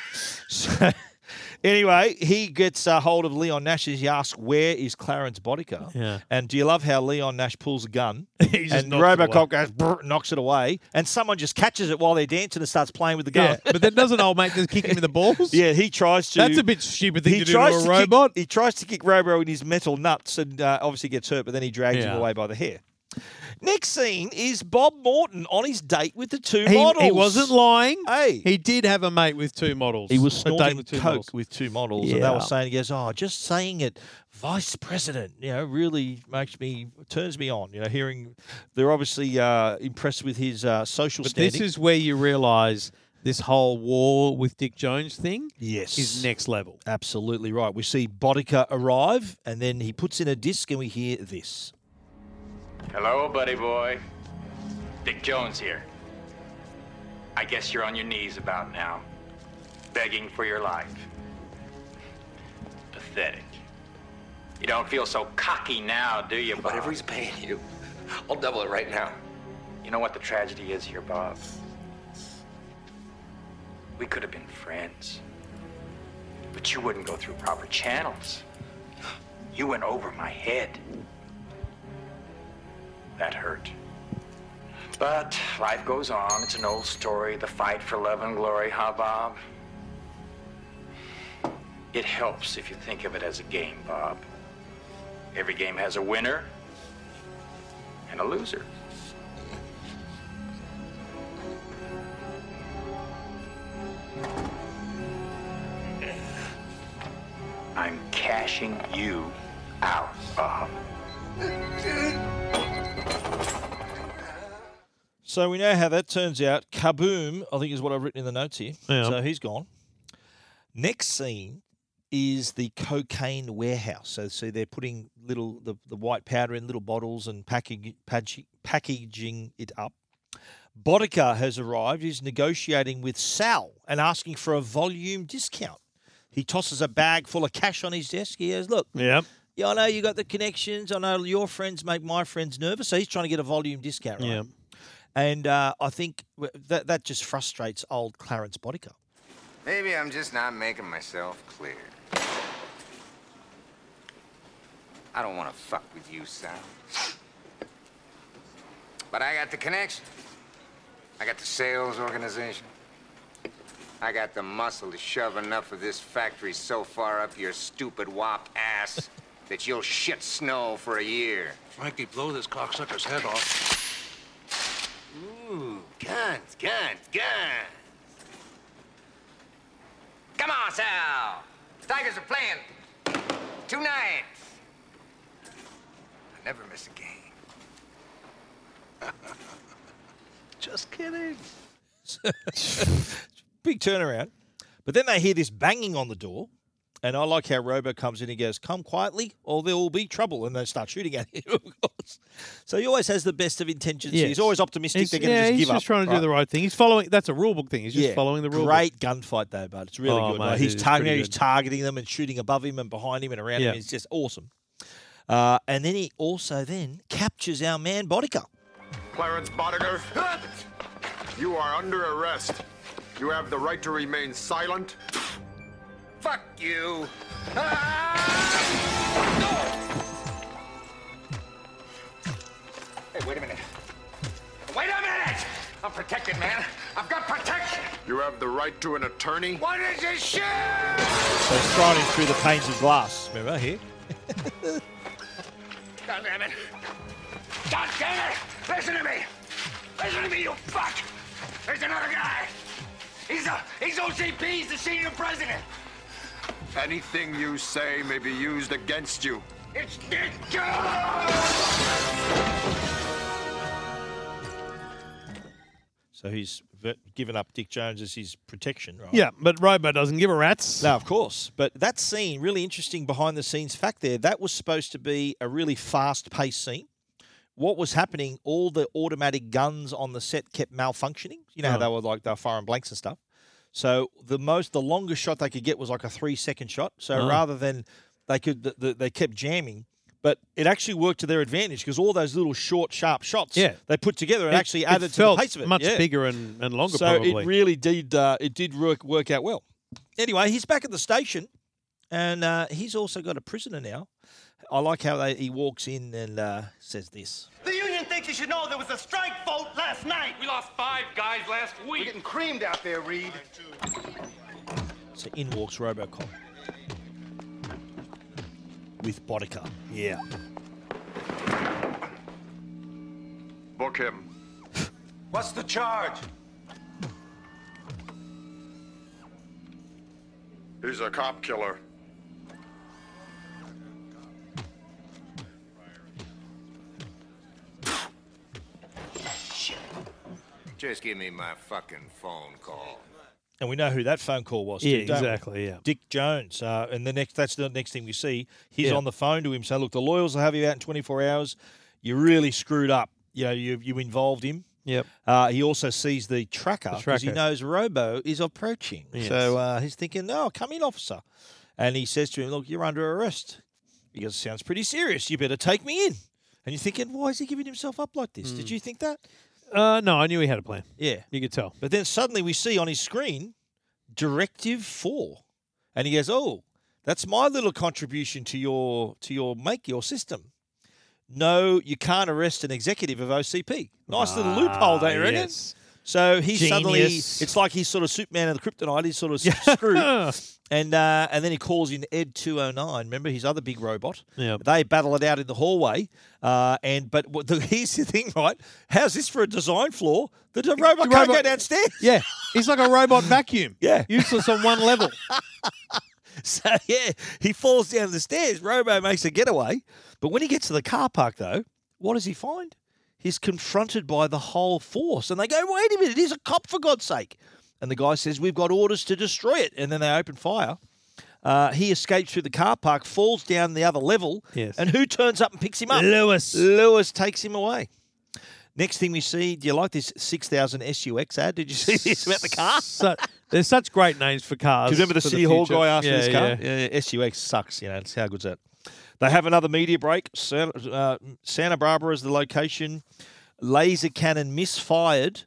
Speaker 1: So, anyway, he gets a hold of Leon Nash. He asks, "Where is Clarence Bodica?"
Speaker 2: Yeah.
Speaker 1: And do you love how Leon Nash pulls a gun
Speaker 2: just
Speaker 1: and
Speaker 2: knocks it
Speaker 1: Robocop goes brr, knocks it away, and someone just catches it while they're dancing and starts playing with the gun.
Speaker 2: Yeah, but then doesn't old mate just kick him in the balls?
Speaker 1: Yeah, he tries to.
Speaker 2: That's a bit stupid thing
Speaker 1: he
Speaker 2: to do to
Speaker 1: tries
Speaker 2: a
Speaker 1: kick-
Speaker 2: robot.
Speaker 1: he tries to kick Robo in his metal nuts and uh, obviously gets hurt, but then he drags him
Speaker 2: Yeah.
Speaker 1: away by the hair. Next scene is Bob Morton on his date with the two
Speaker 2: He,
Speaker 1: models.
Speaker 2: he wasn't lying.
Speaker 1: Hey.
Speaker 2: He did have a mate with two models.
Speaker 1: He was
Speaker 2: A date
Speaker 1: snorting
Speaker 2: with two
Speaker 1: coke
Speaker 2: models.
Speaker 1: with two models, and they
Speaker 2: Yeah.
Speaker 1: were saying, "He goes, oh, just saying it, vice president, you know, really makes me turns me on." You know, hearing they're obviously uh, impressed with his uh, social
Speaker 2: But
Speaker 1: standing.
Speaker 2: this is where you realise this whole war with Dick Jones thing
Speaker 1: Yes.
Speaker 2: is next level.
Speaker 1: absolutely right. We see Bodica arrive, and then he puts in a disc, and we hear this.
Speaker 13: Hello, Oh, buddy boy. Dick Jones here. I guess you're on your knees about now, begging for your life. Pathetic. You don't feel so cocky now, do you, Bob? Whatever he's paying you, I'll double it right now. You know what the tragedy is here, Bob? We could have been friends, but you wouldn't go through proper channels. You went over my head. That hurt. But life goes on. It's an old story. The fight for love and glory, huh, Bob? It helps if you think of it as a game, Bob. Every game has a winner and a loser. I'm cashing you out, Bob.
Speaker 1: So we know how that turns out. Kaboom, I think is what I've written in the notes here.
Speaker 2: Yeah.
Speaker 1: So he's gone. Next scene is the cocaine warehouse. So, so they're putting little the, the white powder in little bottles and packing, packaging, packaging it up. Bodica has arrived. He's negotiating with Sal and asking for a volume discount. He tosses a bag full of cash on his desk. He goes, "Look,
Speaker 2: Yep.
Speaker 1: yeah, I know you got the connections. I know your friends make my friends nervous. So he's trying to get a volume discount, right?
Speaker 2: Yeah.
Speaker 1: And uh, I think w- that that just frustrates old Clarence Bodica.
Speaker 16: Maybe I'm just not making myself clear. I don't want to fuck with you, Sal. But I got the connection. I got the sales organization. I got the muscle to shove enough of this factory so far up your stupid wop ass that you'll shit snow for a year.
Speaker 8: Frankie, blow this cocksucker's head off.
Speaker 16: Ooh, guns, guns, guns. Come on, Sal. Tigers are playing two nights. I never miss a game.
Speaker 8: Just kidding.
Speaker 1: Big turnaround. But then they hear this banging on the door. And I like how Robo comes in and goes, Come quietly, or there will be trouble. And they start shooting at him, of course. So he always has the best of intentions. He's always optimistic
Speaker 2: He's-
Speaker 1: they're going to
Speaker 2: yeah,
Speaker 1: just
Speaker 2: he's
Speaker 1: give
Speaker 2: just
Speaker 1: up.
Speaker 2: trying to do the right thing. He's following. That's a rule book thing. He's just
Speaker 1: Yeah,
Speaker 2: following the rule. book.
Speaker 1: Great gunfight, though, but it's really
Speaker 2: Oh,
Speaker 1: good.
Speaker 2: mate,
Speaker 1: Like,
Speaker 2: it
Speaker 1: he's,
Speaker 2: is
Speaker 1: targeting,
Speaker 2: pretty
Speaker 1: he's
Speaker 2: good.
Speaker 1: targeting them and shooting above him and behind him and around
Speaker 2: Yeah.
Speaker 1: him. It's just awesome. Uh, and then he also then captures our man Bodica.
Speaker 10: Clarence Bodiger, you are under arrest. You have the right to remain silent.
Speaker 16: Fuck you. Hey, wait a minute.
Speaker 12: Wait a minute! I'm protected, man. I've got protection.
Speaker 10: You have the right to an attorney.
Speaker 12: Why did you shoot?
Speaker 1: So he's throwing him through the panes of glass. Remember here?
Speaker 12: God damn it! God damn it! Listen to me! Listen to me, you fuck! There's another guy. He's a he's OCP. He's the senior president.
Speaker 5: Anything you say may be used against you.
Speaker 12: It's this job!
Speaker 1: So he's v- given up Dick Jones as his protection, right?
Speaker 2: Yeah, but Robo doesn't give a rat's.
Speaker 1: No, of course. But that scene, really interesting behind the scenes fact there, that was supposed to be a really fast paced scene. What was happening, all the automatic guns on the set kept malfunctioning. You know how
Speaker 2: Oh.
Speaker 1: they were like they were firing blanks and stuff. So the most, the longest shot they could get was like a three second shot. So
Speaker 2: Oh.
Speaker 1: rather than they could, th th- they kept jamming. But it actually worked to their advantage because all those little short, sharp shots
Speaker 2: Yeah.
Speaker 1: they put together and
Speaker 2: It-
Speaker 1: actually
Speaker 2: it
Speaker 1: added to the
Speaker 2: felt
Speaker 1: pace of it.
Speaker 2: much
Speaker 1: Yeah.
Speaker 2: bigger and, and longer,
Speaker 1: So
Speaker 2: probably.
Speaker 1: it really did. Uh, it did work work out well. Anyway, he's back at the station, and uh, he's also got a prisoner now. I like how they, he walks in and uh, says this.
Speaker 4: The union thinks you should know there was a strike vote last night.
Speaker 22: We lost five guys last week. We're getting creamed out there, Reed.
Speaker 1: So in walks Robocop with Bodica. Yeah.
Speaker 5: Book him.
Speaker 21: What's the charge?
Speaker 10: He's a cop killer.
Speaker 16: Just give me my fucking phone call.
Speaker 1: And we know who that phone call was.
Speaker 2: Yeah,
Speaker 1: too, don't we?
Speaker 2: exactly, yeah.
Speaker 1: Dick Jones. Uh, and the next that's the next thing we see. He's
Speaker 2: Yeah.
Speaker 1: on the phone to him saying, "Look, the lawyers will have you out in 24 hours. You really screwed up. You know, you you involved him."
Speaker 2: Yep.
Speaker 1: Uh, he also sees the tracker because he
Speaker 2: tracker.
Speaker 1: knows Robo is approaching.
Speaker 2: Yes.
Speaker 1: So uh, he's thinking, "No, come in, officer." And he says to him, "Look, you're under arrest." He goes, "Sounds pretty serious. You better take me in." And you're thinking, "Why is he giving himself up like this?"
Speaker 2: Hmm.
Speaker 1: Did you think that?
Speaker 2: Uh, no, I knew he had a plan.
Speaker 1: Yeah.
Speaker 2: You could tell.
Speaker 1: But then suddenly we see on his screen Directive Four, and he goes, "Oh, that's my little contribution to your to your make your system." No, you can't arrest an executive of OCP. Nice little loophole, don't you
Speaker 2: Ah,
Speaker 1: reckon?
Speaker 2: yes.
Speaker 1: So he suddenly,
Speaker 2: Genius.
Speaker 1: it's like he's sort of Superman of the Kryptonite. He's sort of screwed, and uh, and then he calls in Ed two hundred nine. Remember his other big robot?
Speaker 2: Yep.
Speaker 1: They battle it out in the hallway, uh, and but what the, here's the thing, right? How's this for a design flaw? The, d- robot can't go
Speaker 2: robot-
Speaker 1: downstairs.
Speaker 2: Yeah. He's like a robot vacuum.
Speaker 1: Yeah.
Speaker 2: Useless on one level.
Speaker 1: So yeah, he falls down the stairs. Robo makes a getaway, but when he gets to the car park, though, what does he find? He's confronted by the whole force, and they go, "Wait a minute, he's a cop for God's sake!" And the guy says, "We've got orders to destroy it," and then they open fire. Uh, he escapes through the car park, falls down the other level,
Speaker 2: Yes.
Speaker 1: and who turns up and picks him up?
Speaker 2: Lewis.
Speaker 1: Lewis takes him away. Next thing we see, do you like this six thousand SUX ad? Did you see this about the car?
Speaker 2: So, there's such great names for cars.
Speaker 1: Do you remember the
Speaker 2: for
Speaker 1: City Hall
Speaker 2: future.
Speaker 1: guy after
Speaker 2: Yeah,
Speaker 1: this car?
Speaker 2: yeah.
Speaker 1: Yeah. yeah, SUX sucks. You know, it's how good's that? They have another media break. Santa, uh, Santa Barbara is the location. Laser cannon misfired,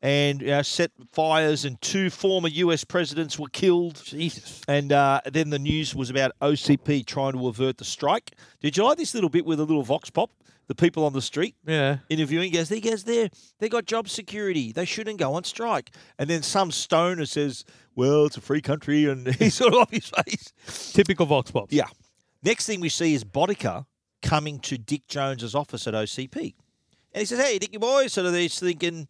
Speaker 1: and uh, set fires, and two former U.S. presidents were killed.
Speaker 2: Jesus.
Speaker 1: And uh, then the news was about OCP trying to avert the strike. Did you like this little bit with a little vox pop? The people on the street
Speaker 2: Yeah.
Speaker 1: interviewing goes, they goes there, they got job security. They shouldn't go on strike. And then some stoner says, Well, it's a free country and he's sort of off his face.
Speaker 2: Typical Vox Pops.
Speaker 1: Yeah. Next thing we see is Bodica coming to Dick Jones's office at OCP. And he says, Hey, Dickie boy, sort of he's thinking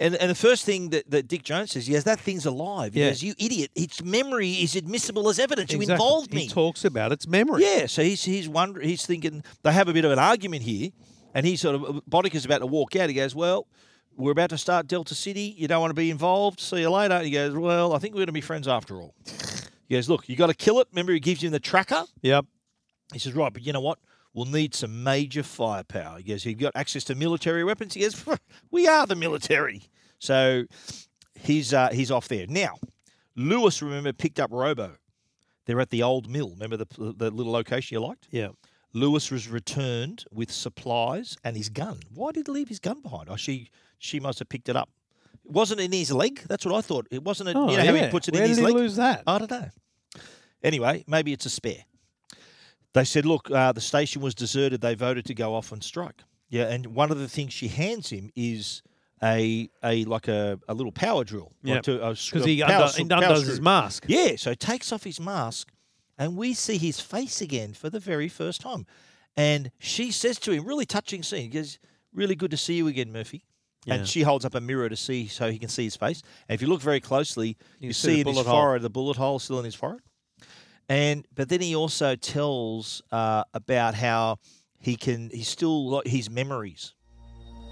Speaker 1: and, and the first thing that, that Dick Jones says, he goes, That thing's alive. He
Speaker 2: Yeah.
Speaker 1: goes, You idiot. Its memory is admissible as evidence. You
Speaker 2: Exactly.
Speaker 1: involved me.
Speaker 2: He talks about its memory.
Speaker 1: Yeah, so he's he's wonder he's thinking they have a bit of an argument here, and he sort of Bodica's about to walk out. He goes, "Well, we're about to start Delta City. You don't want to be involved. See you later." He goes, "Well, I think we're going to be friends after all." He goes, "Look, you got to kill it." Remember, he gives him the tracker.
Speaker 2: Yep.
Speaker 1: He says, "Right, but you know what? We'll need some major firepower." He goes, "You've got access to military weapons." He goes, "We are the military." So he's uh, he's off there now. Lewis, remember, picked up Robo. They're at the old mill. Remember the the little location you liked.
Speaker 2: Yeah.
Speaker 1: Lewis was returned with supplies and his gun. Why did he leave his gun behind? Oh, she she must have picked it up. It wasn't in his leg. That's what I thought. It wasn't. It,
Speaker 2: Oh,
Speaker 1: you know how he
Speaker 2: yeah.
Speaker 1: puts it
Speaker 2: Where
Speaker 1: in
Speaker 2: did
Speaker 1: his
Speaker 2: he
Speaker 1: leg.
Speaker 2: lose that?
Speaker 1: I don't know. Anyway, maybe it's a spare. They said, look, uh, the station was deserted. They voted to go off on strike. Yeah, and one of the things she hands him is a a like a, a little power drill.
Speaker 2: Yeah.
Speaker 1: like to- a sc-
Speaker 2: Because
Speaker 1: a
Speaker 2: he,
Speaker 1: power
Speaker 2: undo-
Speaker 1: sc-
Speaker 2: he
Speaker 1: power
Speaker 2: undoes his
Speaker 1: screw.
Speaker 2: mask.
Speaker 1: Yeah, so he takes off his mask and we see his face again for the very first time. And she says to him, really touching scene, he goes, Really good to see you again, Murphy.
Speaker 2: Yeah.
Speaker 1: And she holds up a mirror to see so he can see his face. And if you look very closely, you,
Speaker 2: can see the
Speaker 1: see in his
Speaker 2: bullet hole.
Speaker 1: forehead the bullet hole still in his forehead. And but then he also tells uh, about how he can he's still got his memories.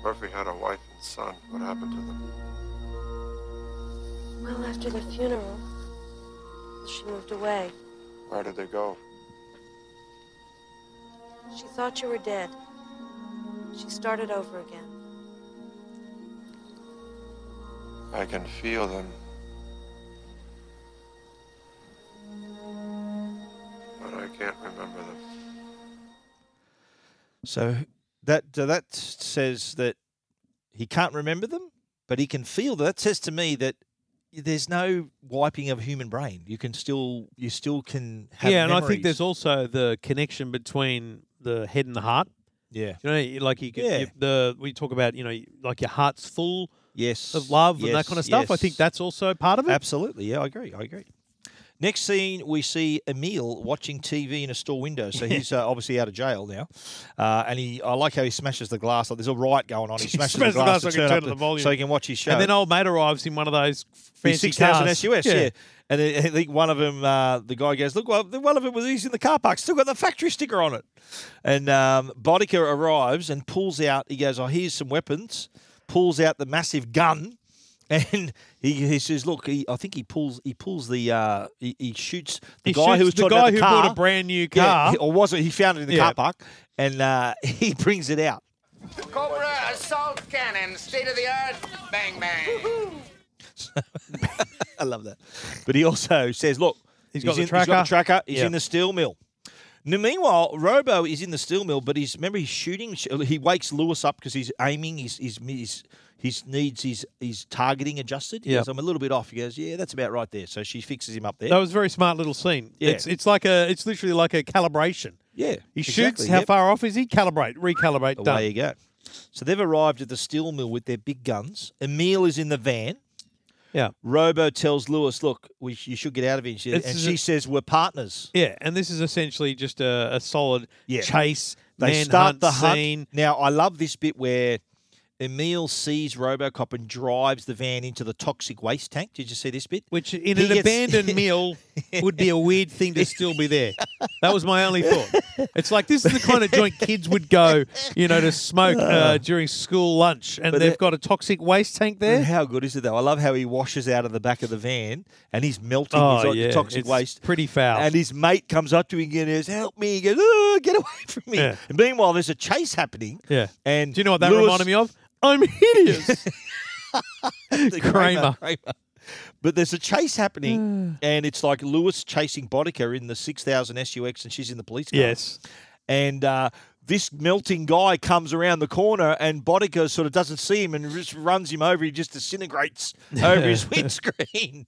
Speaker 10: Murphy had a wife and son. What happened to them?
Speaker 15: Well, after the funeral, she moved away.
Speaker 10: Where did they go?
Speaker 15: She thought you were dead. She started over again.
Speaker 10: I can feel them. But I can't remember them.
Speaker 1: So that so that says that he can't remember them, but he can feel them. That says to me that there's no wiping of human brain. You can still you still can have
Speaker 2: yeah, and I think
Speaker 1: memories.
Speaker 2: there's also the connection between the head and the heart.
Speaker 1: Yeah.
Speaker 2: You know, like you could,
Speaker 1: Yeah.
Speaker 2: you- the we talk about, you know, like your heart's full
Speaker 1: yes
Speaker 2: of love and that
Speaker 1: yes,
Speaker 2: kind of stuff. I
Speaker 1: yes.
Speaker 2: think that's also part of it.
Speaker 1: Absolutely, yeah, I agree. I agree. Next scene, we see Emil watching TV in a store window. So he's uh, obviously out of jail now, uh, and he I like how he smashes the glass. Like there's a riot going on. He smashes,
Speaker 2: Smash
Speaker 1: the glass,
Speaker 2: so I
Speaker 1: to turn
Speaker 2: can
Speaker 1: up
Speaker 2: turn up the
Speaker 1: the-
Speaker 2: volume.
Speaker 1: so he can watch his show.
Speaker 2: And then old mate arrives in one of those
Speaker 1: His
Speaker 2: fancy
Speaker 1: 6000
Speaker 2: cars.
Speaker 1: SUS, yeah. And then I think one of them, uh, the guy goes, look, well, one of them was he's in the car park, still got the factory sticker on it. And um, Bodica arrives and pulls out. He goes, oh, here's some weapons. Pulls out the massive gun, and he, he says, look, he, I think he pulls he pulls the uh, he, he shoots the
Speaker 2: He
Speaker 1: guy who
Speaker 2: shoots
Speaker 1: was talking
Speaker 2: the guy
Speaker 1: about the
Speaker 2: who bought
Speaker 1: car.
Speaker 2: a brand new
Speaker 1: Yeah,
Speaker 2: car.
Speaker 1: he- or was it? He found it in the
Speaker 2: Yeah.
Speaker 1: car park, and uh, he brings it out.
Speaker 16: Cobra assault cannon, state of the art, bang bang.
Speaker 1: I love that. But he also says, look,
Speaker 2: He's got the
Speaker 1: in, He's got the
Speaker 2: tracker.
Speaker 1: tracker. He's
Speaker 2: Yeah.
Speaker 1: in the steel mill. Now, meanwhile, Robo is in the steel mill, but he's remember he's shooting. sh- He wakes Lewis up because he's aiming. He's he's he's his needs his his targeting adjusted. He
Speaker 2: Yeah.
Speaker 1: goes, I'm a little bit off. He goes, yeah, that's about right there. So she fixes him up there.
Speaker 2: That was a very smart little scene.
Speaker 1: Yeah.
Speaker 2: It's it's like a it's literally like a calibration.
Speaker 1: yeah,
Speaker 2: He shoots.
Speaker 1: exactly,
Speaker 2: How
Speaker 1: yep.
Speaker 2: far off is he? Calibrate, recalibrate.
Speaker 1: Away
Speaker 2: done.
Speaker 1: you go. So they've arrived at the steel mill with their big guns. Emil is in the van.
Speaker 2: Yeah.
Speaker 1: Robo tells Lewis, look, we, sh- you should get out of here. And she-
Speaker 2: This
Speaker 1: and
Speaker 2: is
Speaker 1: she
Speaker 2: a-
Speaker 1: says, we're partners.
Speaker 2: Yeah, and this is essentially just a, a solid
Speaker 1: Yeah.
Speaker 2: chase.
Speaker 1: They
Speaker 2: manhunt
Speaker 1: start the hunt.
Speaker 2: scene.
Speaker 1: Now I love this bit where Emil sees RoboCop and drives the van into the toxic waste tank. Did you see this bit?
Speaker 2: Which in
Speaker 1: He
Speaker 2: an
Speaker 1: gets-
Speaker 2: abandoned mill would be a weird thing to still be there. That was my only thought. It's like this is the kind of joint kids would go, you know, to smoke uh, during school lunch, and
Speaker 1: But
Speaker 2: they've
Speaker 1: it-
Speaker 2: got a toxic waste tank
Speaker 1: And
Speaker 2: there.
Speaker 1: How good is it though? I love how he washes out of the back of the van and he's melting. he's
Speaker 2: Oh
Speaker 1: like
Speaker 2: yeah,
Speaker 1: the toxic
Speaker 2: it's
Speaker 1: waste.
Speaker 2: pretty foul.
Speaker 1: And his mate comes up to him and goes, "Help me!" He goes, "Oh, "Get away from me!"
Speaker 2: Yeah.
Speaker 1: And meanwhile, there's a chase happening.
Speaker 2: yeah.
Speaker 1: And
Speaker 2: Do you know what that
Speaker 1: Lewis-
Speaker 2: reminded me of? I'm hideous.
Speaker 1: the
Speaker 2: Kramer.
Speaker 1: Kramer. But there's a chase happening, and it's like Lewis chasing Bodica in the 6000 SUX, and she's in the police car.
Speaker 2: yes.
Speaker 1: And uh, this melting guy comes around the corner, and Bodica sort of doesn't see him and just runs him over. He just disintegrates over his windscreen.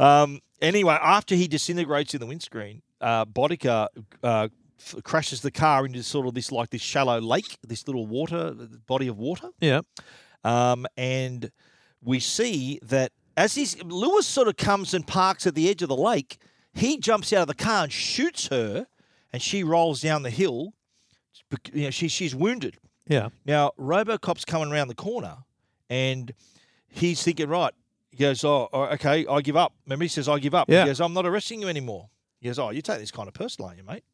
Speaker 1: Um, anyway, after he disintegrates in the windscreen, uh, Bodica. Uh, f- crashes the car into sort of this like this shallow lake this little water uh, body of water
Speaker 2: Yeah.
Speaker 1: um, and we see that as he's Lewis sort of comes and parks at the edge of the lake, he jumps out of the car and shoots her, and she rolls down the hill. bec- You know, she, she's wounded.
Speaker 2: Yeah.
Speaker 1: Now RoboCop's coming around the corner, and he's thinking, right. He goes, oh, oh, okay, I give up. Remember, he says, I give up.
Speaker 2: Yeah.
Speaker 1: He goes, I'm not arresting you anymore. He goes, oh, you take this kind of person, aren't you, mate?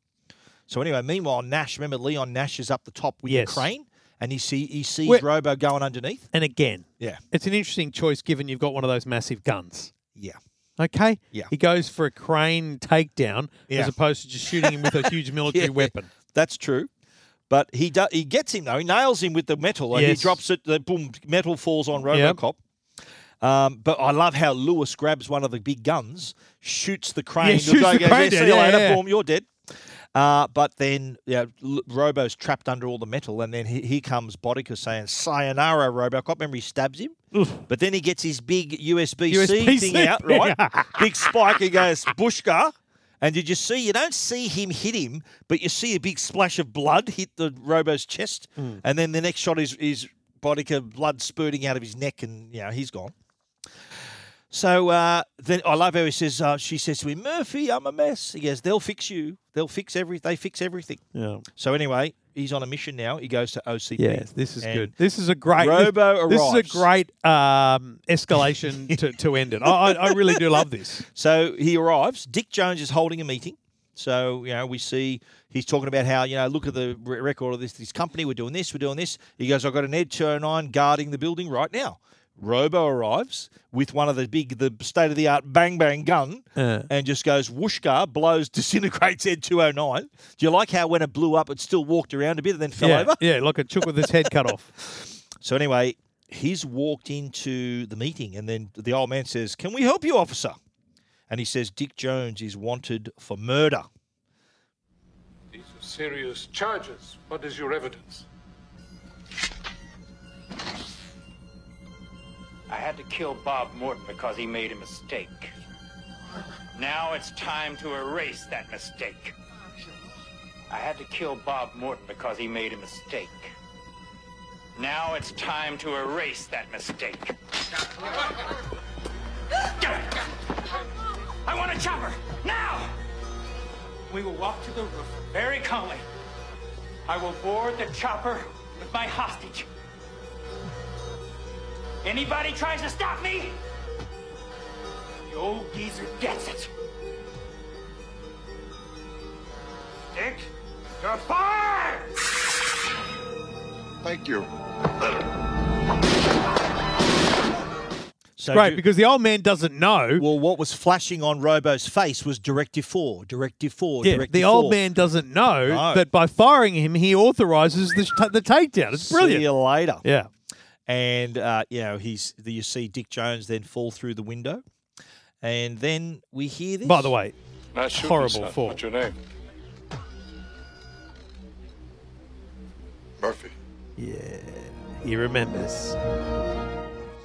Speaker 1: So anyway, meanwhile, Nash, remember Leon Nash is up the top with
Speaker 2: Yes.
Speaker 1: the crane, and he see he sees
Speaker 2: Where-
Speaker 1: Robo going underneath.
Speaker 2: And again,
Speaker 1: Yeah.
Speaker 2: it's an interesting choice given you've got one of those massive guns.
Speaker 1: Yeah.
Speaker 2: Okay.
Speaker 1: Yeah.
Speaker 2: He goes for a crane takedown
Speaker 1: Yeah.
Speaker 2: as opposed to just shooting him with a huge military
Speaker 1: Yeah.
Speaker 2: weapon.
Speaker 1: That's true. But he do, he gets him though. He nails him with the metal. and He
Speaker 2: Yes.
Speaker 1: drops it. The boom metal falls on
Speaker 2: Yep.
Speaker 1: RoboCop. Um, but I love how Lewis grabs one of the big guns, shoots the crane.
Speaker 2: shoots the
Speaker 1: guy goes,
Speaker 2: crane
Speaker 1: "Yeah,
Speaker 2: down."
Speaker 1: see you
Speaker 2: Yeah,
Speaker 1: later,
Speaker 2: yeah.
Speaker 1: boom, you're dead. Uh, but then yeah, L- Robo's trapped under all the metal, and then he, here comes Bodica saying "Sayonara, RoboCop." Remember, he stabs him. But then he gets his big USB C
Speaker 2: USB-C
Speaker 1: thing out, right? big spike. He goes Bushka, and did you see? You don't see him hit him, but you see a big splash of blood hit the Robo's chest, and then the next shot is is Bodica blood spurting out of his neck, and you know he's gone. So uh, then I love how he says. Uh, she says to him, "Murphy, I'm a mess." He goes, "They'll fix you. They'll fix every. They fix everything."
Speaker 2: Yeah.
Speaker 1: So anyway, he's on a mission now. He goes to OCP.
Speaker 2: Yes, this is
Speaker 1: And
Speaker 2: good. This is a great
Speaker 1: Robo
Speaker 2: This is a
Speaker 1: arrives.
Speaker 2: great um, escalation to, to end it. I, I, I really do love this.
Speaker 1: So he arrives. Dick Jones is holding a meeting. So you know, we see he's talking about how you know, look at the re- record of this this company. We're doing this. We're doing this. He goes, I've got an Ed 209 guarding the building right now. Robo arrives with one of the big, the state of the art bang bang gun,
Speaker 2: Uh.
Speaker 1: and just goes whooshka, blows, disintegrates Ed 209. Do you like how when it blew up, it still walked around a bit and then fell
Speaker 2: yeah,
Speaker 1: over?
Speaker 2: yeah, like a chook with his head cut off.
Speaker 1: So anyway, he's walked into the meeting, and then the old man says, "Can we help you, officer?" And he says, "Dick Jones is wanted for murder."
Speaker 6: These are serious charges. What is your evidence?
Speaker 13: I had to kill Bob Mort because he made a mistake. Now it's time to erase that mistake. I had to kill Bob Mort because he made a mistake. Now it's time to erase that mistake. Do it! I want a chopper! Now! We will walk to the roof very calmly. I will board the chopper with my hostage. Anybody tries to stop me, the old geezer gets it. Dick, you're fired!
Speaker 5: Thank you.
Speaker 1: So
Speaker 2: Great,
Speaker 1: do-
Speaker 2: because the old man doesn't know.
Speaker 1: Well, what was flashing on Robo's face was Directive Four, Directive Four,
Speaker 2: Yeah,
Speaker 1: Directive
Speaker 2: the old
Speaker 1: Four.
Speaker 2: man doesn't know
Speaker 1: No.
Speaker 2: that by firing him, he authorizes the, sh- the takedown. It's brilliant.
Speaker 1: See you later.
Speaker 2: Yeah.
Speaker 1: And uh, you know he's you see Dick Jones then fall through the window, and then we hear this.
Speaker 2: By the way,
Speaker 6: Now, shoot me,
Speaker 2: horrible
Speaker 6: son.
Speaker 2: fall.
Speaker 6: What's your name?
Speaker 5: Murphy.
Speaker 2: Yeah, he remembers.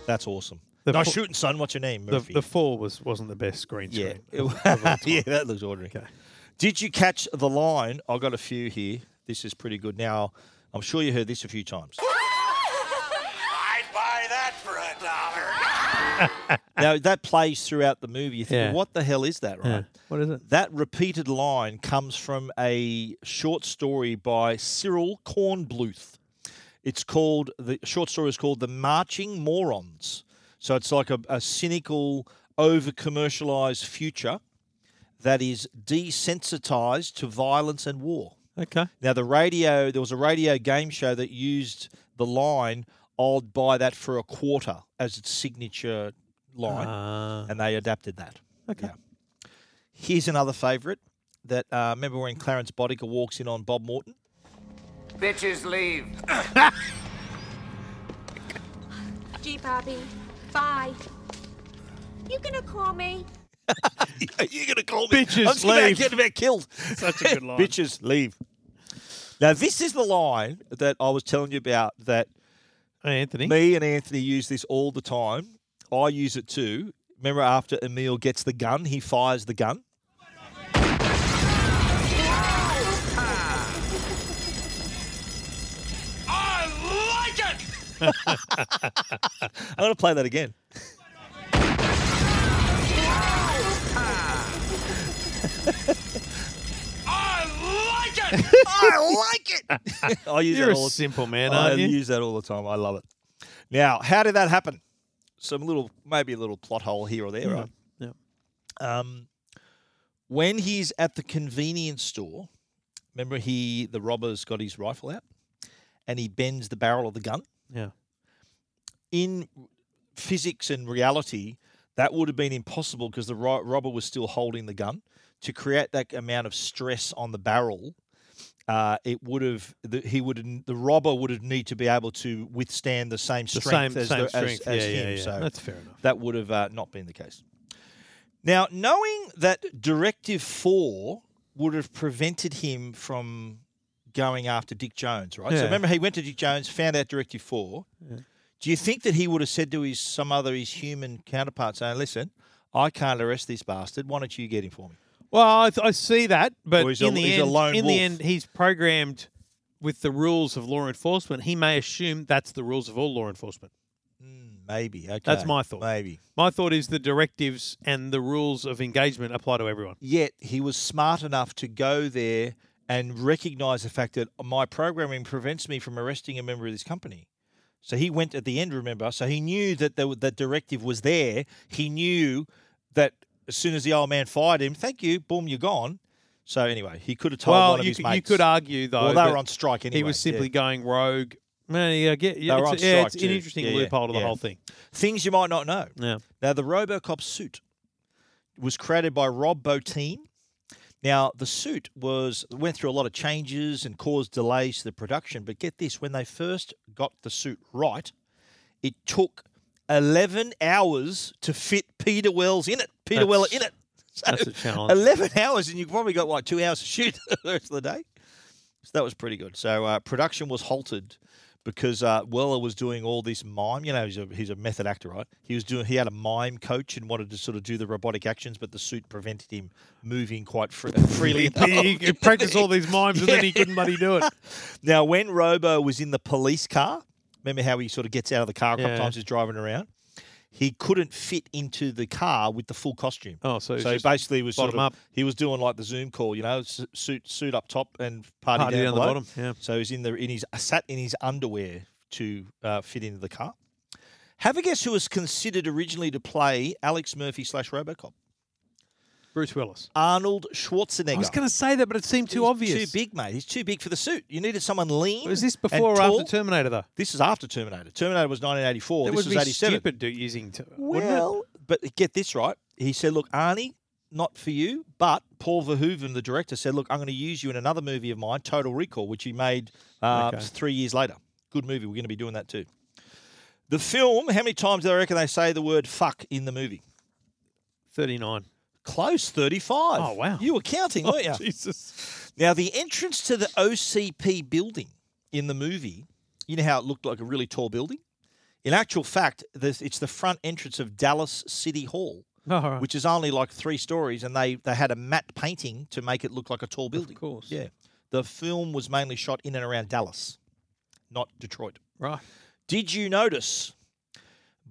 Speaker 1: that's awesome.
Speaker 2: The
Speaker 1: nice
Speaker 2: fo-
Speaker 1: shooting, son. What's your name,
Speaker 2: The,
Speaker 1: Murphy?
Speaker 2: the fall was wasn't the best screen
Speaker 1: Yeah.
Speaker 2: screen.
Speaker 1: It- yeah, that looks ordinary. Did you catch the line? I got a few here. This is pretty good. Now, I'm sure you heard this a few times.
Speaker 2: Ah.
Speaker 12: I'd buy that for a dollar.
Speaker 1: now, that plays throughout the movie. You think,
Speaker 2: Yeah.
Speaker 1: well, what the hell is that, right?
Speaker 2: Yeah. What is it?
Speaker 1: That repeated line comes from a short story by Cyril Kornbluth. It's called the short story is called "The Marching Morons." So it's like a, a cynical, over commercialized future that is desensitized to violence and war.
Speaker 2: Okay.
Speaker 1: Now the radio, there was a radio game show that used the line "I'll buy that for a quarter" as its signature line, and they adapted that. Okay. Here's another favourite that uh, remember when Clarence Bodica walks in on Bob Morton.
Speaker 16: Bitches leave.
Speaker 15: Gee, Bobby. Bye. You gonna call me?
Speaker 1: You're gonna call
Speaker 2: me. Bitches
Speaker 1: I'm just about
Speaker 2: leave.
Speaker 1: getting about killed.
Speaker 2: Such a good line.
Speaker 1: Bitches leave. Now this is the line that I was telling you about that
Speaker 2: Anthony.
Speaker 1: Me and Anthony use this all the time. I use it too. Remember after Emil gets the gun, he fires the gun.
Speaker 12: I like it!
Speaker 1: I'm gonna play that again.
Speaker 12: I like it!
Speaker 1: I like it! I use
Speaker 2: You're
Speaker 1: that
Speaker 2: a
Speaker 1: all the-
Speaker 2: simple man,
Speaker 1: I
Speaker 2: aren't you?
Speaker 1: use that all the time. I love it. Now, how did that happen? Some little, maybe a little plot hole here or there,
Speaker 2: Yeah,
Speaker 1: right?
Speaker 2: yeah.
Speaker 1: Um, when he's at the convenience store, remember he the robber's got his rifle out, and he bends the barrel of the gun.
Speaker 2: Yeah.
Speaker 1: In physics and reality, that would have been impossible because the ro- robber was still holding the gun. To create that amount of stress on the barrel, uh, it would have the, he would have- the robber would have need to be able to withstand the same
Speaker 2: The
Speaker 1: strength
Speaker 2: same-
Speaker 1: as,
Speaker 2: same
Speaker 1: the, as-
Speaker 2: strength.
Speaker 1: as
Speaker 2: Yeah, yeah,
Speaker 1: him.
Speaker 2: yeah.
Speaker 1: So
Speaker 2: That's fair enough.
Speaker 1: That would have uh, not been the case. Now, knowing that Directive Four would have prevented him from going after Dick Jones, right? So
Speaker 2: Yeah.
Speaker 1: remember, he went to Dick Jones, found out Directive Four. Do you think that he would have said to his some other his human counterpart, saying, "Listen, I can't arrest this bastard. Why don't you get him for me?"
Speaker 2: Well, I, th- I see that, but
Speaker 1: Or he's a-
Speaker 2: in the
Speaker 1: he's a
Speaker 2: end,
Speaker 1: lone
Speaker 2: in
Speaker 1: wolf.
Speaker 2: the end, he's programmed with the rules of law enforcement. He may assume that's the rules of all law enforcement.
Speaker 1: Maybe. Okay.
Speaker 2: That's my thought.
Speaker 1: Maybe.
Speaker 2: My thought is the directives and the rules of engagement apply to everyone.
Speaker 1: Yet he was smart enough to go there and recognize the fact that my programming prevents me from arresting a member of this company. So he went at the end, remember? So he knew that the, the directive was there. He knew that as soon as the old man fired him, thank you, boom, you're gone. So anyway, he could have told
Speaker 2: well,
Speaker 1: one of
Speaker 2: you,
Speaker 1: his
Speaker 2: could-
Speaker 1: mates.
Speaker 2: you could argue though.
Speaker 1: Well, they
Speaker 2: that
Speaker 1: were on strike anyway.
Speaker 2: He was simply
Speaker 1: yeah.
Speaker 2: going rogue. Man, yeah, I get, yeah,
Speaker 1: They were
Speaker 2: it's,
Speaker 1: on
Speaker 2: a- yeah,
Speaker 1: strike
Speaker 2: it's an
Speaker 1: too.
Speaker 2: interesting
Speaker 1: Yeah, yeah,
Speaker 2: loophole to the
Speaker 1: yeah.
Speaker 2: whole thing.
Speaker 1: Things you might not know.
Speaker 2: Yeah.
Speaker 1: Now, the RoboCop suit was created by Rob Bottin. Now, the suit was went through a lot of changes and caused delays to the production. But get this: when they first got the suit right, it took eleven hours to fit Peter Wells in it. Peter
Speaker 2: That's-
Speaker 1: Weller in it.
Speaker 2: that's a challenge.
Speaker 1: Eleven hours, and you've probably got like two hours to shoot the rest of the day. So that was pretty good. So uh, production was halted because uh, Weller was doing all this mime. You know, he's a, he's a method actor, right? He was doing he had a mime coach and wanted to sort of do the robotic actions, but the suit prevented him moving quite fre- freely.
Speaker 2: He- he could practice all these mimes and then he couldn't bloody do it.
Speaker 1: Now, when Robo was in the police car, remember how he sort of gets out of the car a couple
Speaker 2: Yeah.
Speaker 1: times he's driving around. He couldn't fit into the car with the full costume.
Speaker 2: Oh, so it's
Speaker 1: he
Speaker 2: just
Speaker 1: basically was sort of,
Speaker 2: bottom up.
Speaker 1: He was doing like the Zoom call, you know, s- suit suit up top and party,
Speaker 2: Party
Speaker 1: down,
Speaker 2: down the
Speaker 1: below.
Speaker 2: bottom, yeah.
Speaker 1: So he's in the in his uh, sat in his underwear to uh, fit into the car. Have a guess who was considered originally to play Alex Murphy slash RoboCop?
Speaker 2: Bruce Willis.
Speaker 1: Arnold Schwarzenegger.
Speaker 2: I was going to say that, but it seemed too
Speaker 1: He's
Speaker 2: obvious.
Speaker 1: Too big, mate. He's too big for the suit. You needed someone lean.
Speaker 2: Was this
Speaker 1: and
Speaker 2: before or after
Speaker 1: tall.
Speaker 2: Terminator though?
Speaker 1: This is after Terminator. Terminator was 1984.
Speaker 2: That
Speaker 1: this
Speaker 2: would
Speaker 1: was
Speaker 2: be
Speaker 1: 87.
Speaker 2: stupid do, using. T- wouldn't it?
Speaker 1: Well, but get this right. He said, "Look, Arnie, not for you." But Paul Verhoeven, the director, said, "Look, I'm going to use you in another movie of mine, Total Recall, which he made uh,
Speaker 2: Okay.
Speaker 1: three years later. Good movie. We're going to be doing that too." The film. How many times do I reckon they say the word "fuck" in the movie?
Speaker 2: thirty-nine.
Speaker 1: Close, 35.
Speaker 2: Oh, wow.
Speaker 1: You were counting,
Speaker 2: Oh,
Speaker 1: weren't you?
Speaker 2: Jesus.
Speaker 1: Now, the entrance to the OCP building in the movie, you know how it looked like a really tall building? In actual fact, this, it's the front entrance of Dallas City Hall,
Speaker 2: All right.
Speaker 1: which is only like three stories, and they, they had a matte painting to make it look like a tall building.
Speaker 2: Of course.
Speaker 1: Yeah. The film was mainly shot in and around Dallas, not Detroit.
Speaker 2: Right.
Speaker 1: Did you notice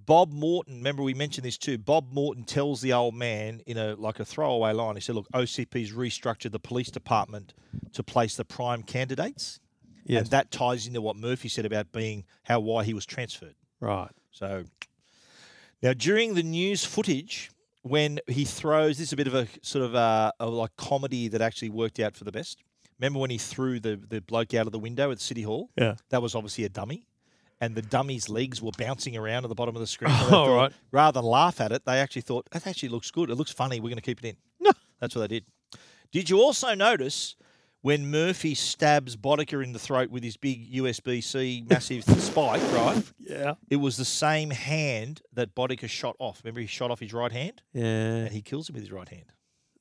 Speaker 1: Bob Morton? Remember we mentioned this too. Bob Morton tells the old man in a like a throwaway line. He said, "Look, OCP's restructured the police department to place the prime candidates, and
Speaker 2: Yes.
Speaker 1: that ties into what Murphy said about being how why he was transferred."
Speaker 2: Right.
Speaker 1: So now during the news footage, when he throws, this is a bit of a sort of uh, a, a like comedy that actually worked out for the best. Remember when he threw the, the bloke out of the window at City Hall?
Speaker 2: Yeah.
Speaker 1: That was obviously a dummy. And the dummy's legs were bouncing around at the bottom of the screen. So they
Speaker 2: Oh,
Speaker 1: thought-
Speaker 2: right.
Speaker 1: Rather than laugh at it, they actually thought, that actually looks good. It looks funny. We're going to keep it in.
Speaker 2: No.
Speaker 1: That's what they did. Did you also notice when Murphy stabs Boddicker in the throat with his big USB C massive spike, right?
Speaker 2: Yeah.
Speaker 1: It was the same hand that Boddicker shot off. Remember, he shot off his right hand
Speaker 2: Yeah.
Speaker 1: and he kills him with his right hand.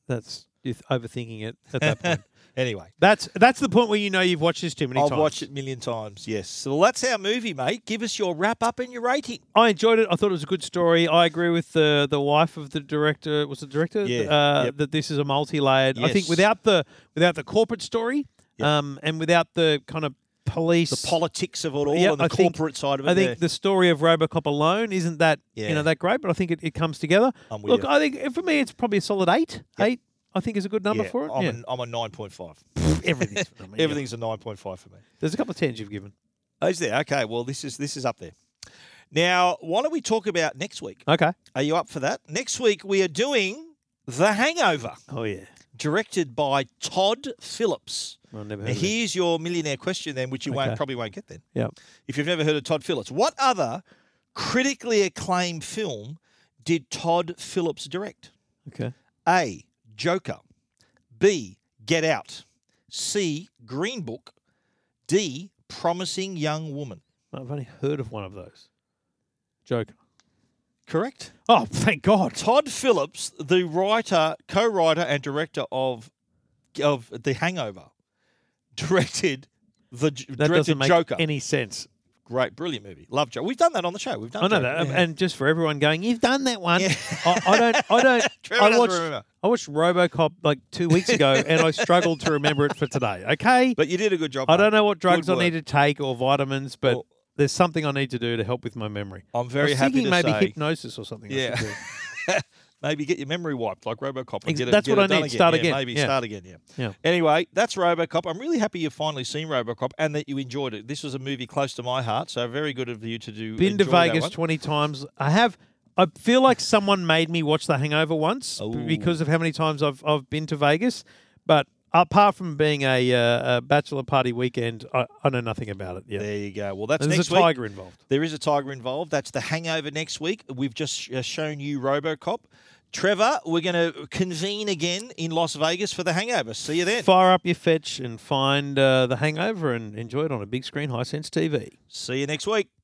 Speaker 2: That's you're overthinking it at that point.
Speaker 1: Anyway,
Speaker 2: That's that's the point where you know you've watched this too many
Speaker 1: I've
Speaker 2: times.
Speaker 1: watched it a million times. Yes. So that's our movie, mate. Give us your wrap up and your rating.
Speaker 2: I enjoyed it. I thought it was a good story. I agree with the the wife of the director. Was the director?
Speaker 1: Yeah,
Speaker 2: Uh,
Speaker 1: yep.
Speaker 2: That this is a multi layered. I think
Speaker 1: Yes.
Speaker 2: without the without the corporate story, um, and without the kind of police,
Speaker 1: The politics of it all
Speaker 2: Yeah,
Speaker 1: and the
Speaker 2: I think-
Speaker 1: corporate side of it.
Speaker 2: I think
Speaker 1: there.
Speaker 2: the story of RoboCop alone isn't that you
Speaker 1: Yeah.
Speaker 2: know that great, but I think it, it comes together.
Speaker 1: I'm with
Speaker 2: Look,
Speaker 1: you.
Speaker 2: I think for me it's probably a solid eight. Eight, I think is a good number
Speaker 1: Yeah,
Speaker 2: for it.
Speaker 1: I'm,
Speaker 2: yeah.
Speaker 1: an- I'm a 9.5.
Speaker 2: Everything's phenomenal, yeah.
Speaker 1: Everything's a 9.5 for me.
Speaker 2: There's a couple of tens you've given.
Speaker 1: Oh, is there? Okay. Well, this is this is up there. Now, why don't we talk about next week?
Speaker 2: Okay.
Speaker 1: Are you up for that? Next week we are doing The Hangover,
Speaker 2: Oh yeah.
Speaker 1: directed by Todd Phillips.
Speaker 2: Well, never
Speaker 1: Now,
Speaker 2: heard of it.
Speaker 1: here's your millionaire question then, which you
Speaker 2: Okay.
Speaker 1: won't probably won't get then.
Speaker 2: Yeah.
Speaker 1: If you've never heard of Todd Phillips, what other critically acclaimed film did Todd Phillips direct?
Speaker 2: Okay.
Speaker 1: A. Joker. B. Get Out. C. Green Book. D. Promising Young Woman.
Speaker 2: I've only heard of one of those. Joker.
Speaker 1: Correct.
Speaker 2: Oh, thank God.
Speaker 1: Todd Phillips, the writer, co-writer, and director of of The Hangover, directed the
Speaker 2: That
Speaker 1: directed
Speaker 2: doesn't make
Speaker 1: Joker.
Speaker 2: any sense.
Speaker 1: Great, brilliant movie. Love Joker. We've done that on the show. We've done.
Speaker 2: I know
Speaker 1: Joker.
Speaker 2: that,
Speaker 1: Yeah.
Speaker 2: and just for everyone going, you've done that one. I, I don't. I don't.
Speaker 1: Trevor
Speaker 2: I
Speaker 1: doesn't
Speaker 2: watched.
Speaker 1: remember.
Speaker 2: I watched RoboCop like two weeks ago, and I struggled to remember it for today. Okay,
Speaker 1: but you did a good job.
Speaker 2: I
Speaker 1: mate.
Speaker 2: don't know what
Speaker 1: Good
Speaker 2: drugs I
Speaker 1: work.
Speaker 2: need to take or vitamins, but
Speaker 1: Well-
Speaker 2: there's something I need to do to help with my memory.
Speaker 1: I'm very
Speaker 2: I was
Speaker 1: happy
Speaker 2: thinking
Speaker 1: to
Speaker 2: maybe
Speaker 1: say-
Speaker 2: hypnosis or something. I should
Speaker 1: Yeah.
Speaker 2: do.
Speaker 1: maybe get your memory wiped like RoboCop. And
Speaker 2: Ex-
Speaker 1: get it,
Speaker 2: that's
Speaker 1: get
Speaker 2: what
Speaker 1: it
Speaker 2: I
Speaker 1: done
Speaker 2: need. Start
Speaker 1: Yeah,
Speaker 2: again.
Speaker 1: Maybe
Speaker 2: Yeah.
Speaker 1: start again. Yeah.
Speaker 2: Yeah.
Speaker 1: Anyway, that's RoboCop. I'm really happy you've finally seen RoboCop and that you enjoyed it. This was a movie close to my heart, so very good of you to do.
Speaker 2: Been
Speaker 1: enjoy
Speaker 2: to
Speaker 1: that
Speaker 2: Vegas
Speaker 1: one.
Speaker 2: 20 times. I have. I feel like someone made me watch The Hangover once b-
Speaker 1: Ooh.
Speaker 2: because of how many times I've I've been to Vegas, but apart from being a, uh, a bachelor party weekend, I, I know nothing about it. Yeah.
Speaker 1: There you go. Well, that's
Speaker 2: There's
Speaker 1: next
Speaker 2: a
Speaker 1: week.
Speaker 2: tiger involved.
Speaker 1: There is a tiger involved. That's the hangover next week. We've just sh- uh, shown you Robocop. Trevor, we're going to convene again in Las Vegas for the hangover. See you then.
Speaker 2: Fire up your fetch and find uh, The Hangover and enjoy it on a big screen, high sense TV.
Speaker 1: See you next week.